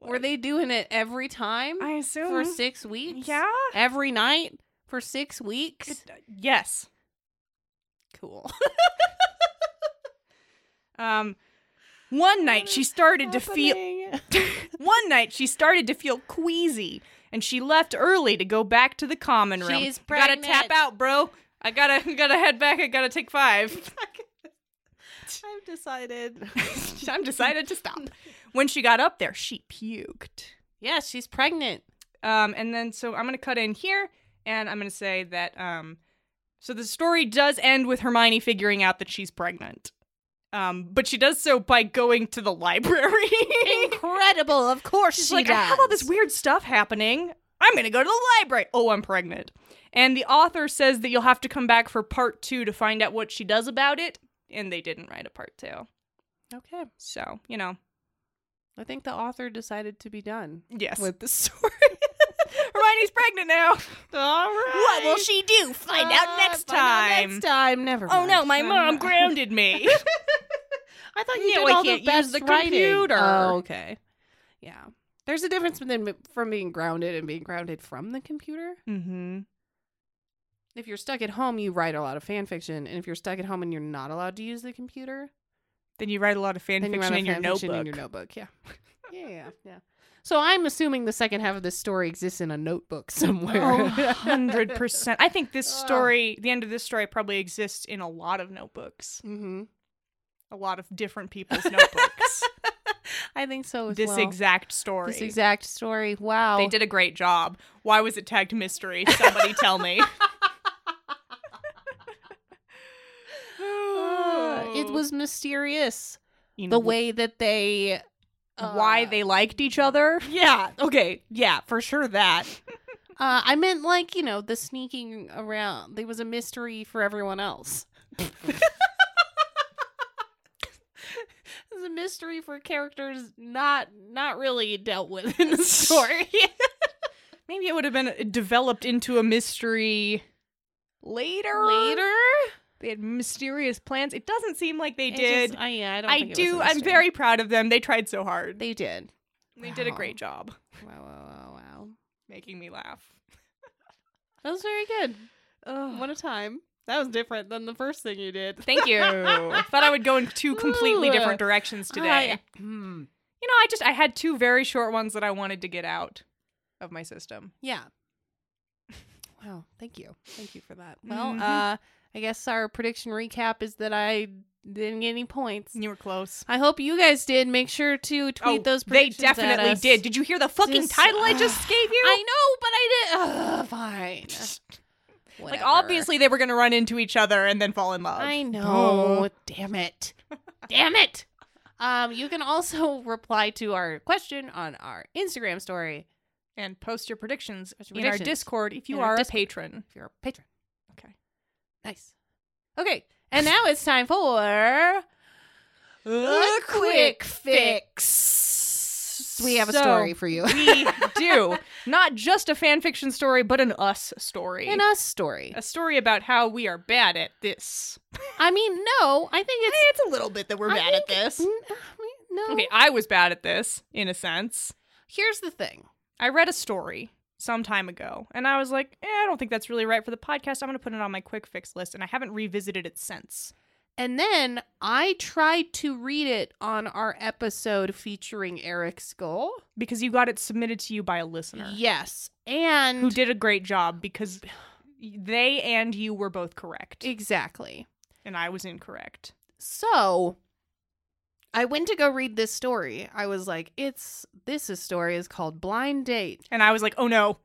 [SPEAKER 2] were
[SPEAKER 1] What?
[SPEAKER 2] they doing it every time
[SPEAKER 1] I assume.
[SPEAKER 2] for six weeks?
[SPEAKER 1] Yeah.
[SPEAKER 2] Every night for six weeks.
[SPEAKER 1] Yes.
[SPEAKER 2] uh, cool.
[SPEAKER 1] Um, one night she started to feel. One night she started to feel queasy, and she left early to go back to the common room.
[SPEAKER 2] She's
[SPEAKER 1] Gotta tap
[SPEAKER 2] pregnant.
[SPEAKER 1] out, bro. I gotta gotta head back. I gotta take five.
[SPEAKER 2] I've decided.
[SPEAKER 1] I'm decided to stop. When she got up there, she puked.
[SPEAKER 2] yeah, she's pregnant.
[SPEAKER 1] Um, and then so I'm gonna cut in here, and I'm gonna say that um, so the story does end with Hermione figuring out that she's pregnant. Um, but she does so by going to the library.
[SPEAKER 2] Incredible. Of course
[SPEAKER 1] she's
[SPEAKER 2] she
[SPEAKER 1] like,
[SPEAKER 2] does.
[SPEAKER 1] I have all this weird stuff happening. I'm gonna go to the library. Oh, I'm pregnant. And the author says that you'll have to come back for part two to find out what she does about it. And they didn't write a part two.
[SPEAKER 2] Okay.
[SPEAKER 1] So, you know,
[SPEAKER 2] I think the author decided to be done
[SPEAKER 1] yes.
[SPEAKER 2] with the story.
[SPEAKER 1] Hermione's pregnant now. All right.
[SPEAKER 4] What will she do? Find
[SPEAKER 1] Uh,
[SPEAKER 4] out next
[SPEAKER 1] find out
[SPEAKER 4] time.
[SPEAKER 1] next
[SPEAKER 2] Next time, never.
[SPEAKER 4] Oh
[SPEAKER 2] mind.
[SPEAKER 4] no, my
[SPEAKER 2] Um,
[SPEAKER 4] mom grounded me.
[SPEAKER 2] I thought
[SPEAKER 1] No,
[SPEAKER 2] you did
[SPEAKER 1] I
[SPEAKER 2] all the
[SPEAKER 1] can't use
[SPEAKER 2] best
[SPEAKER 1] the
[SPEAKER 2] writing.
[SPEAKER 1] computer.
[SPEAKER 2] Oh, okay. Yeah, there's a difference between from being grounded and being grounded from the computer.
[SPEAKER 1] Mm-hmm.
[SPEAKER 2] If you're stuck at home, you write a lot of fan fiction, and if you're stuck at home and you're not allowed to use the computer,
[SPEAKER 1] Then you write a lot of fan
[SPEAKER 2] then you
[SPEAKER 1] fiction
[SPEAKER 2] write
[SPEAKER 1] in
[SPEAKER 2] a
[SPEAKER 1] your
[SPEAKER 2] fan
[SPEAKER 1] notebook.
[SPEAKER 2] fiction in your notebook. Yeah, yeah, yeah, yeah. So I'm assuming the second half of this story exists in a notebook
[SPEAKER 1] Oh,
[SPEAKER 2] somewhere.
[SPEAKER 1] 100%. I think this
[SPEAKER 2] Ugh.
[SPEAKER 1] story, the end of this story, probably exists in a lot of notebooks,
[SPEAKER 2] hmm
[SPEAKER 1] a lot of different people's notebooks.
[SPEAKER 2] I think so. As
[SPEAKER 1] this
[SPEAKER 2] well.
[SPEAKER 1] exact story.
[SPEAKER 2] This exact story. Wow.
[SPEAKER 1] They did a great job. Why was it tagged mystery? Somebody tell me.
[SPEAKER 2] Uh, it was mysterious
[SPEAKER 1] You
[SPEAKER 2] the
[SPEAKER 1] know,
[SPEAKER 2] way that they. uh,
[SPEAKER 1] why they liked each other.
[SPEAKER 2] Yeah. Okay.
[SPEAKER 1] Yeah, for sure that.
[SPEAKER 2] Uh, I meant like you know the sneaking around. There was a mystery for everyone else. it was a mystery for characters not not really dealt with in the story.
[SPEAKER 1] Maybe it would have been uh, developed into a mystery later.
[SPEAKER 2] Later,
[SPEAKER 1] They had mysterious plans. It doesn't seem like they
[SPEAKER 2] It
[SPEAKER 1] did.
[SPEAKER 2] just- I, yeah, I don't.
[SPEAKER 1] I
[SPEAKER 2] think it was a
[SPEAKER 1] do. I'm
[SPEAKER 2] mystery.
[SPEAKER 1] very proud of them. They tried so hard. They,
[SPEAKER 2] They did.
[SPEAKER 1] did a
[SPEAKER 2] Wow.
[SPEAKER 1] great job
[SPEAKER 2] Wow, wow, wow, wow.
[SPEAKER 1] making me laugh.
[SPEAKER 2] That was very good.
[SPEAKER 1] Ugh.
[SPEAKER 2] What a time. That was different than the first thing you did.
[SPEAKER 1] Thank you. I thought I would go in two completely
[SPEAKER 2] Ooh.
[SPEAKER 1] different directions today. Hmm. You know, I just I had two very short ones that I wanted to get out of my system.
[SPEAKER 2] Yeah. Wow. Thank you. Thank you for that. Well,
[SPEAKER 1] Mhm.
[SPEAKER 2] uh, I guess our prediction recap is that I didn't get any points.
[SPEAKER 1] You were close.
[SPEAKER 2] I hope you guys did. Make sure to tweet those
[SPEAKER 1] Oh, they
[SPEAKER 2] predictions. at
[SPEAKER 1] definitely
[SPEAKER 2] us.
[SPEAKER 1] did. Did you hear the fucking
[SPEAKER 2] Just-
[SPEAKER 1] title I just
[SPEAKER 2] Ugh.
[SPEAKER 1] gave you?
[SPEAKER 2] I know, but I did. Ugh, fine.
[SPEAKER 1] like
[SPEAKER 2] Whatever.
[SPEAKER 1] obviously they were going to run into each other and then fall in love.
[SPEAKER 2] I know. Damn it. Damn it. Um, you can also reply to our question on our Instagram story
[SPEAKER 1] and post your predictions
[SPEAKER 2] Post your
[SPEAKER 1] in our
[SPEAKER 2] predictions.
[SPEAKER 1] Discord if you
[SPEAKER 2] In our
[SPEAKER 1] are a
[SPEAKER 2] Discord.
[SPEAKER 1] patron.
[SPEAKER 2] if you're a patron.
[SPEAKER 1] Okay.
[SPEAKER 2] Nice. Okay. And now it's time for
[SPEAKER 1] The quick
[SPEAKER 2] fix. We have a
[SPEAKER 1] So-
[SPEAKER 2] story for you.
[SPEAKER 1] We do not just a fan fiction story, but an us story.
[SPEAKER 2] In a story.
[SPEAKER 1] a story about how we are bad at this.
[SPEAKER 2] I mean, no, I think it's.
[SPEAKER 1] It's a little bit that we're
[SPEAKER 2] I
[SPEAKER 1] bad at
[SPEAKER 2] think-
[SPEAKER 1] this.
[SPEAKER 2] N- I mean, No.
[SPEAKER 1] Okay, I was bad at this in a sense.
[SPEAKER 2] Here's the thing.
[SPEAKER 1] I read a story some time ago and I was like, eh, I don't think that's really right for the podcast. I'm going to put it on my quick fix list and I haven't revisited it since.
[SPEAKER 2] And then I tried to read it on our episode featuring Eric Skull.
[SPEAKER 1] Because you got it submitted to you by a listener
[SPEAKER 2] Yes. And
[SPEAKER 1] who did a great job because they and you were both correct
[SPEAKER 2] exactly.
[SPEAKER 1] and I was incorrect.
[SPEAKER 2] So I went to go read this story. I was like, it's this is story is called Blind Date
[SPEAKER 1] And I was like, oh no.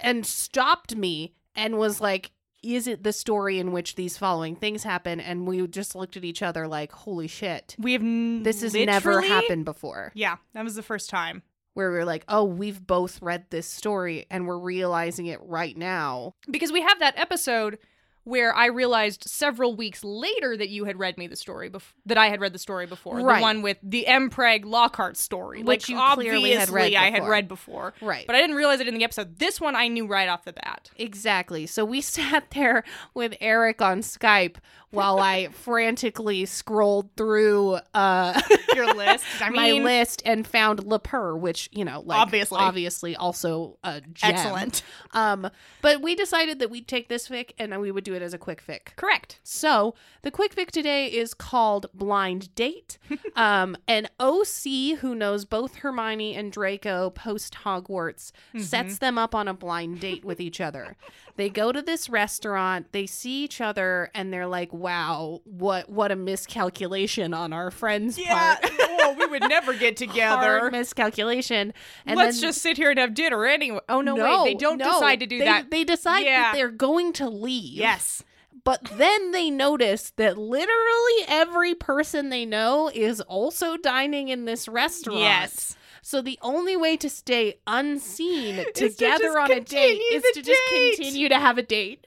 [SPEAKER 2] and stopped me and was like, is it the story in which these following things happen? And we just looked at each other like, holy shit.
[SPEAKER 1] We have n-
[SPEAKER 2] This has never
[SPEAKER 1] literally-
[SPEAKER 2] happened before.
[SPEAKER 1] Yeah, that was the first time.
[SPEAKER 2] Where we are like, oh, we've both read this story and we're realizing it right now.
[SPEAKER 1] because we have that episode where I realized several weeks later that you had read me the story bef- that I had read the story before,
[SPEAKER 2] Right.
[SPEAKER 1] the one with the M. Preg Lockhart story,
[SPEAKER 2] Which
[SPEAKER 1] like
[SPEAKER 2] you
[SPEAKER 1] obviously
[SPEAKER 2] clearly had read
[SPEAKER 1] I had
[SPEAKER 2] before.
[SPEAKER 1] read before,
[SPEAKER 2] Right.
[SPEAKER 1] but I didn't realize it in the episode. This one I knew right off the bat.
[SPEAKER 2] Exactly. So we sat there with Eric on Skype while I frantically scrolled through uh
[SPEAKER 1] Your list, I
[SPEAKER 2] my
[SPEAKER 1] mean,
[SPEAKER 2] list and found Le Peur, which, you know, like
[SPEAKER 1] Obviously.
[SPEAKER 2] obviously also a gem.
[SPEAKER 1] excellent,
[SPEAKER 2] Um but we decided that we'd take this fic and we would do it as a quick fic.
[SPEAKER 1] correct.
[SPEAKER 2] So the quick fic today is called Blind Date. um, an OC who knows both Hermione and Draco post Hogwarts sets them up on a blind date with each other. They go to this restaurant, they see each other, and they're like, "Wow, what what a miscalculation on our friend's part."
[SPEAKER 1] oh, we would never get
[SPEAKER 2] Hard miscalculation. And
[SPEAKER 1] Let's
[SPEAKER 2] then-
[SPEAKER 1] just sit here and have dinner anyway. Oh no, wait, they don't
[SPEAKER 2] no,
[SPEAKER 1] decide to do
[SPEAKER 2] they-
[SPEAKER 1] that.
[SPEAKER 2] They decide
[SPEAKER 1] Yeah.
[SPEAKER 2] that they're going to leave.
[SPEAKER 1] yes,
[SPEAKER 2] But then they notice that literally every person they know is also dining in this restaurant.
[SPEAKER 1] yes.
[SPEAKER 2] So the only way to stay unseen
[SPEAKER 1] to just
[SPEAKER 2] together on a date
[SPEAKER 1] continue
[SPEAKER 2] is
[SPEAKER 1] the
[SPEAKER 2] to just
[SPEAKER 1] date.
[SPEAKER 2] continue to have a date.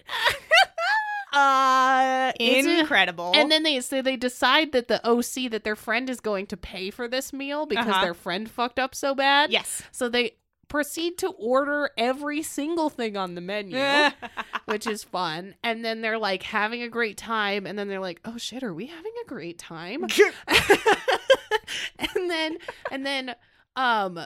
[SPEAKER 2] uh, it's a-
[SPEAKER 1] Incredible.
[SPEAKER 2] and then they so they decide that the OC that their friend is going to pay for this meal because
[SPEAKER 1] Uh-huh.
[SPEAKER 2] their friend fucked up so bad.
[SPEAKER 1] yes,
[SPEAKER 2] So they proceed to order every single thing on the menu,
[SPEAKER 1] Eh.
[SPEAKER 2] which is fun. And then they're like having a great time. And then they're like, oh shit, are we having a great time? and then, and then, um,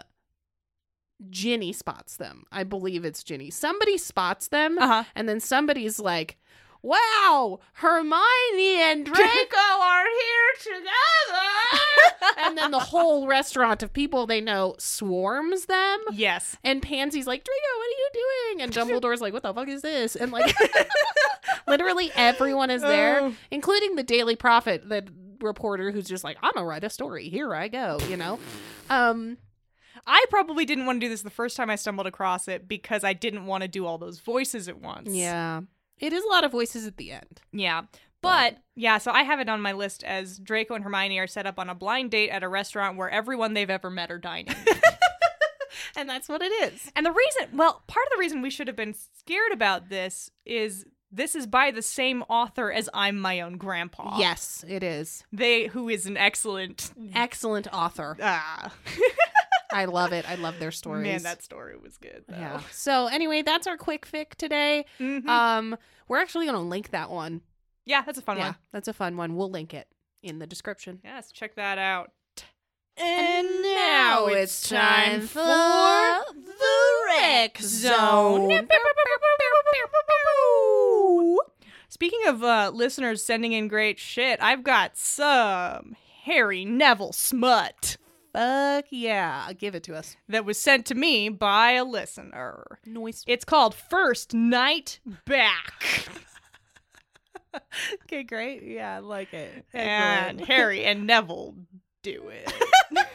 [SPEAKER 2] Ginny spots them. I believe it's Ginny. Somebody spots them.
[SPEAKER 1] Uh-huh.
[SPEAKER 2] And then somebody's like, Wow, Hermione and Draco are here together. and then the whole restaurant of people they know swarms them.
[SPEAKER 1] Yes.
[SPEAKER 2] And Pansy's like, Draco, what are you doing? And Dumbledore's like, What the fuck is this? And like, literally everyone is there,
[SPEAKER 1] Oh.
[SPEAKER 2] including the Daily Prophet, the reporter who's just like, I'm going to write a story. Here I go, you know? Um,
[SPEAKER 1] I probably didn't want to do this the first time I stumbled across it because I didn't want to do all those voices at once.
[SPEAKER 2] yeah. It is a lot of voices at the end.
[SPEAKER 1] Yeah. But yeah, so I have it on my list as Draco and Hermione are set up on a blind date at a restaurant where everyone they've ever met are dining.
[SPEAKER 2] And that's what it is.
[SPEAKER 1] and the reason, well, part of the reason we should have been scared about this is this is by the same author as I'm My Own Grandpa.
[SPEAKER 2] Yes, it is.
[SPEAKER 1] They who is an excellent
[SPEAKER 2] Excellent author.
[SPEAKER 1] ah
[SPEAKER 2] I love it. I love their stories.
[SPEAKER 1] man, that story was good. Though.
[SPEAKER 2] yeah. So anyway, that's our quick fic today.
[SPEAKER 1] Mhm.
[SPEAKER 2] Um, we're actually gonna link that one.
[SPEAKER 1] yeah, that's a fun
[SPEAKER 2] yeah,
[SPEAKER 1] one.
[SPEAKER 2] that's a fun one. We'll link it in the description.
[SPEAKER 1] Yes, check that out.
[SPEAKER 2] And now it's time for
[SPEAKER 4] the Rick
[SPEAKER 2] Zone.
[SPEAKER 1] Speaking of uh, listeners sending in great shit, I've got some Harry Neville smut
[SPEAKER 2] Fuck yeah! Give it to us.
[SPEAKER 1] that was sent to me by a listener.
[SPEAKER 2] Noise.
[SPEAKER 1] It's called First Night Back.
[SPEAKER 2] Okay, great. Yeah, I like it.
[SPEAKER 1] and Harry and Neville do it.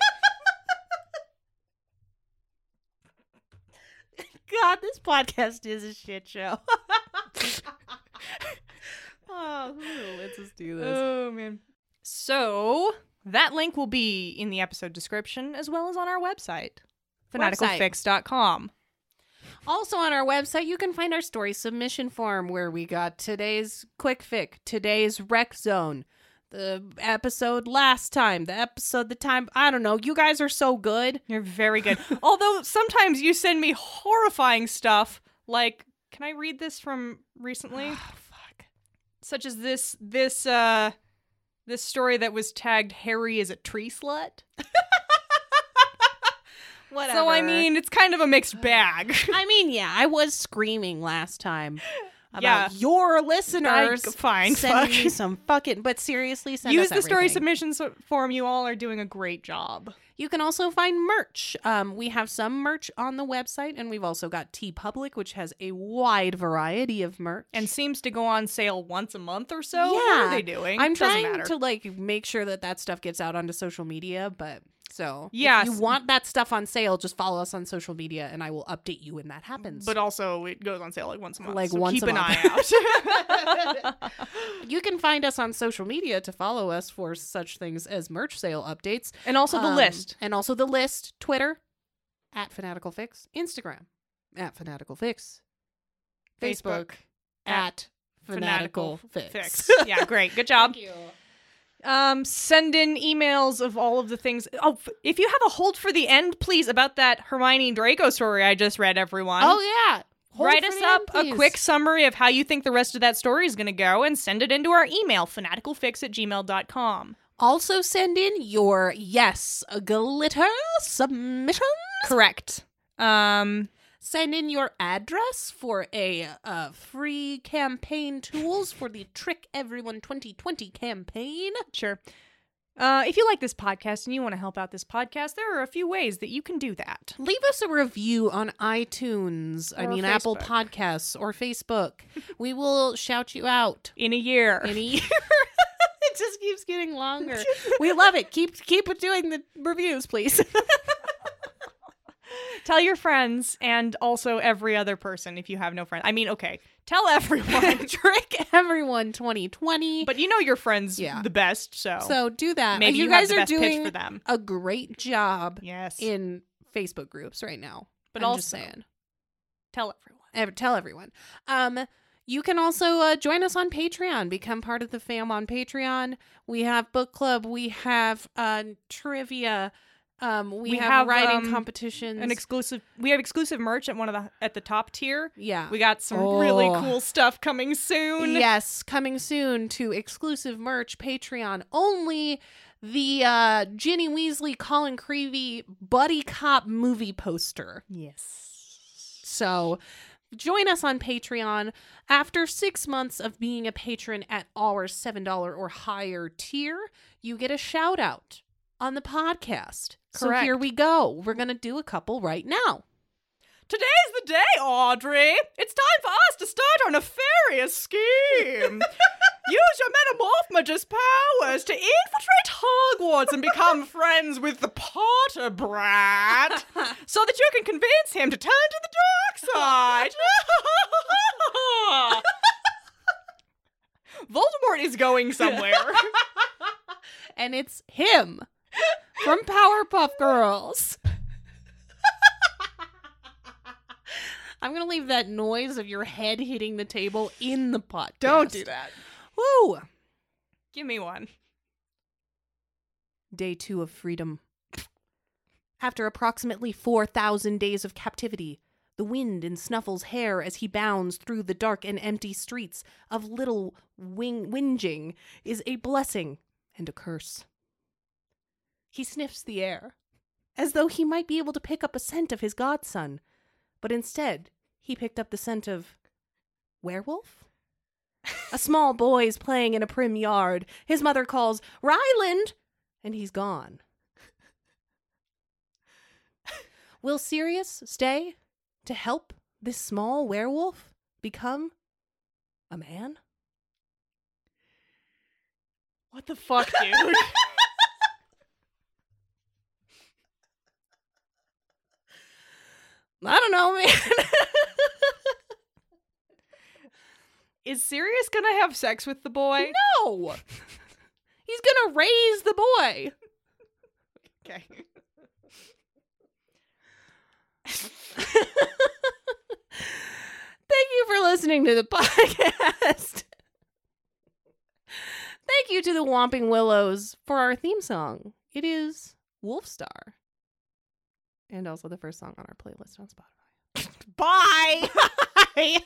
[SPEAKER 2] God, this podcast is a shit show. oh, let's just do this.
[SPEAKER 1] Oh man. So that link will be in the episode description as well as on our website.
[SPEAKER 2] Website.
[SPEAKER 1] Fanaticalfix.com.
[SPEAKER 2] Also on our website, you can find our story submission form where we got today's quick fic, today's rec zone, the episode last time, the episode the time I don't know. You guys are so good.
[SPEAKER 1] You're very good. Although sometimes you send me horrifying stuff like can I read this from recently?
[SPEAKER 2] Oh, fuck.
[SPEAKER 1] Such as this this uh this story that was tagged Harry is a tree slut.
[SPEAKER 4] Whatever.
[SPEAKER 1] So I mean, it's kind of a
[SPEAKER 2] Uh,
[SPEAKER 1] mixed bag.
[SPEAKER 2] I mean, yeah, I was screaming last time about
[SPEAKER 1] Yeah.
[SPEAKER 2] your listeners.
[SPEAKER 1] I- fine,
[SPEAKER 2] sending
[SPEAKER 1] fuck.
[SPEAKER 2] me some fucking. But seriously, send
[SPEAKER 1] Use
[SPEAKER 2] us
[SPEAKER 1] the story
[SPEAKER 2] everything.
[SPEAKER 1] submission so- form. You all are doing a great job.
[SPEAKER 2] You can also find merch. Um, we have some merch on the website, and we've also got T Public, which has a wide variety of merch.
[SPEAKER 1] and seems to go on sale once a month or so. What
[SPEAKER 2] Yeah.
[SPEAKER 1] are they doing?
[SPEAKER 2] I'm
[SPEAKER 1] Doesn't
[SPEAKER 2] trying
[SPEAKER 1] matter.
[SPEAKER 2] to like make sure that that stuff gets out onto social media, but so if
[SPEAKER 1] Yes.
[SPEAKER 2] you want that stuff on sale, just follow us on social media, and I will update you when that happens.
[SPEAKER 1] But also, it goes on sale like once a month.
[SPEAKER 2] Like
[SPEAKER 1] so
[SPEAKER 2] once
[SPEAKER 1] keep
[SPEAKER 2] a
[SPEAKER 1] an
[SPEAKER 2] month.
[SPEAKER 1] eye out.
[SPEAKER 2] you can find us on social media to follow us for such things as merch sale updates.
[SPEAKER 1] and also the
[SPEAKER 2] Um,
[SPEAKER 1] list.
[SPEAKER 2] and also the list: Twitter at Fanatical Fix, Instagram at Fanatical Fix, Facebook,
[SPEAKER 1] Facebook
[SPEAKER 2] at Fanatical, Fix.
[SPEAKER 1] yeah, great. Good job. Um, send in emails of all of the things. Oh, f- if you have a hold for the end, please, about that Hermione Draco story I just read, everyone.
[SPEAKER 2] Oh yeah. Hold
[SPEAKER 1] Write
[SPEAKER 2] for
[SPEAKER 1] us
[SPEAKER 2] the
[SPEAKER 1] up
[SPEAKER 2] end,
[SPEAKER 1] a
[SPEAKER 2] please.
[SPEAKER 1] quick summary of how you think the rest of that story is going to go and send it into our email, fanaticalfix at gmail.com.
[SPEAKER 2] Also, send in your yes glitter submission.
[SPEAKER 1] Correct. Um,
[SPEAKER 2] Send in your address for a uh, free campaign tools for the Trick Everyone 2020 campaign.
[SPEAKER 1] Sure. Uh, if you like this podcast and you want to help out this podcast, there are a few ways that you can do that.
[SPEAKER 2] Leave us a review on iTunes. I
[SPEAKER 1] Or
[SPEAKER 2] mean, Apple
[SPEAKER 1] Facebook.
[SPEAKER 2] Podcasts or Facebook. we will shout you out
[SPEAKER 1] In a year.
[SPEAKER 2] in a year. it just keeps getting longer. we love it. Keep keep doing the reviews, please.
[SPEAKER 1] tell your friends and also every other person if you have no friends. I mean, okay, tell everyone.
[SPEAKER 2] Trick Everyone 2020.
[SPEAKER 1] but you know your friends
[SPEAKER 2] Yeah.
[SPEAKER 1] the best, so,
[SPEAKER 2] So do that.
[SPEAKER 1] maybe
[SPEAKER 2] you,
[SPEAKER 1] you, have
[SPEAKER 2] guys
[SPEAKER 1] the
[SPEAKER 2] are
[SPEAKER 1] best pitch
[SPEAKER 2] doing
[SPEAKER 1] for them.
[SPEAKER 2] a great job
[SPEAKER 1] Yes.
[SPEAKER 2] in Facebook groups right now.
[SPEAKER 1] But
[SPEAKER 2] I'm
[SPEAKER 1] also-
[SPEAKER 2] just saying,
[SPEAKER 1] tell everyone.
[SPEAKER 2] Ev- tell everyone. Um, you can also uh, join us on Patreon. Become part of the fam on Patreon. We have book club. We have uh, trivia. Um, we,
[SPEAKER 1] We
[SPEAKER 2] have,
[SPEAKER 1] have,
[SPEAKER 2] writing
[SPEAKER 1] um,
[SPEAKER 2] competitions.
[SPEAKER 1] An exclusive. We have exclusive merch at one of the at the top tier.
[SPEAKER 2] yeah.
[SPEAKER 1] We got some really
[SPEAKER 2] Oh.
[SPEAKER 1] cool stuff coming soon.
[SPEAKER 2] Yes, coming soon to exclusive merch Patreon only. The uh Ginny Weasley, Colin Creevy buddy cop movie poster.
[SPEAKER 1] Yes.
[SPEAKER 2] So join us on Patreon. After six months of being a patron at our $7 or higher tier, you get a shout out on the podcast. So
[SPEAKER 1] Correct.
[SPEAKER 2] here we go. We're going to do a couple right now.
[SPEAKER 1] Today's the day, Audrey. It's time for us to start our nefarious scheme. Use your metamorphmage's powers to infiltrate Hogwarts and become friends with the Potter brat so that you can convince him to turn to the dark side. Voldemort is going somewhere.
[SPEAKER 2] And it's him from Powerpuff Girls. I'm going to leave that noise of your head hitting the table in the podcast.
[SPEAKER 1] that.
[SPEAKER 2] Woo!
[SPEAKER 1] Give me one.
[SPEAKER 2] Day two of freedom. After approximately 4,000 days of captivity, the wind in Snuffle's hair as he bounds through the dark and empty streets of Little Wing- Whinging is a blessing and a curse. He sniffs the air, as though he might be able to pick up a scent of his godson, but instead he picked up the scent of werewolf? a small boy is playing in a prim yard. His mother calls, Ryland! and he's gone. Will Sirius stay to help this small werewolf become a man?
[SPEAKER 1] What the fuck, dude?
[SPEAKER 2] I don't know, man.
[SPEAKER 1] is Sirius gonna have sex with the boy?
[SPEAKER 2] no. He's going to raise the boy.
[SPEAKER 1] Okay.
[SPEAKER 2] Thank you for listening to the podcast. Thank you to the Whomping Willows for our theme song. It is Wolfstar. And also the first song on our playlist on Spotify.
[SPEAKER 1] Bye.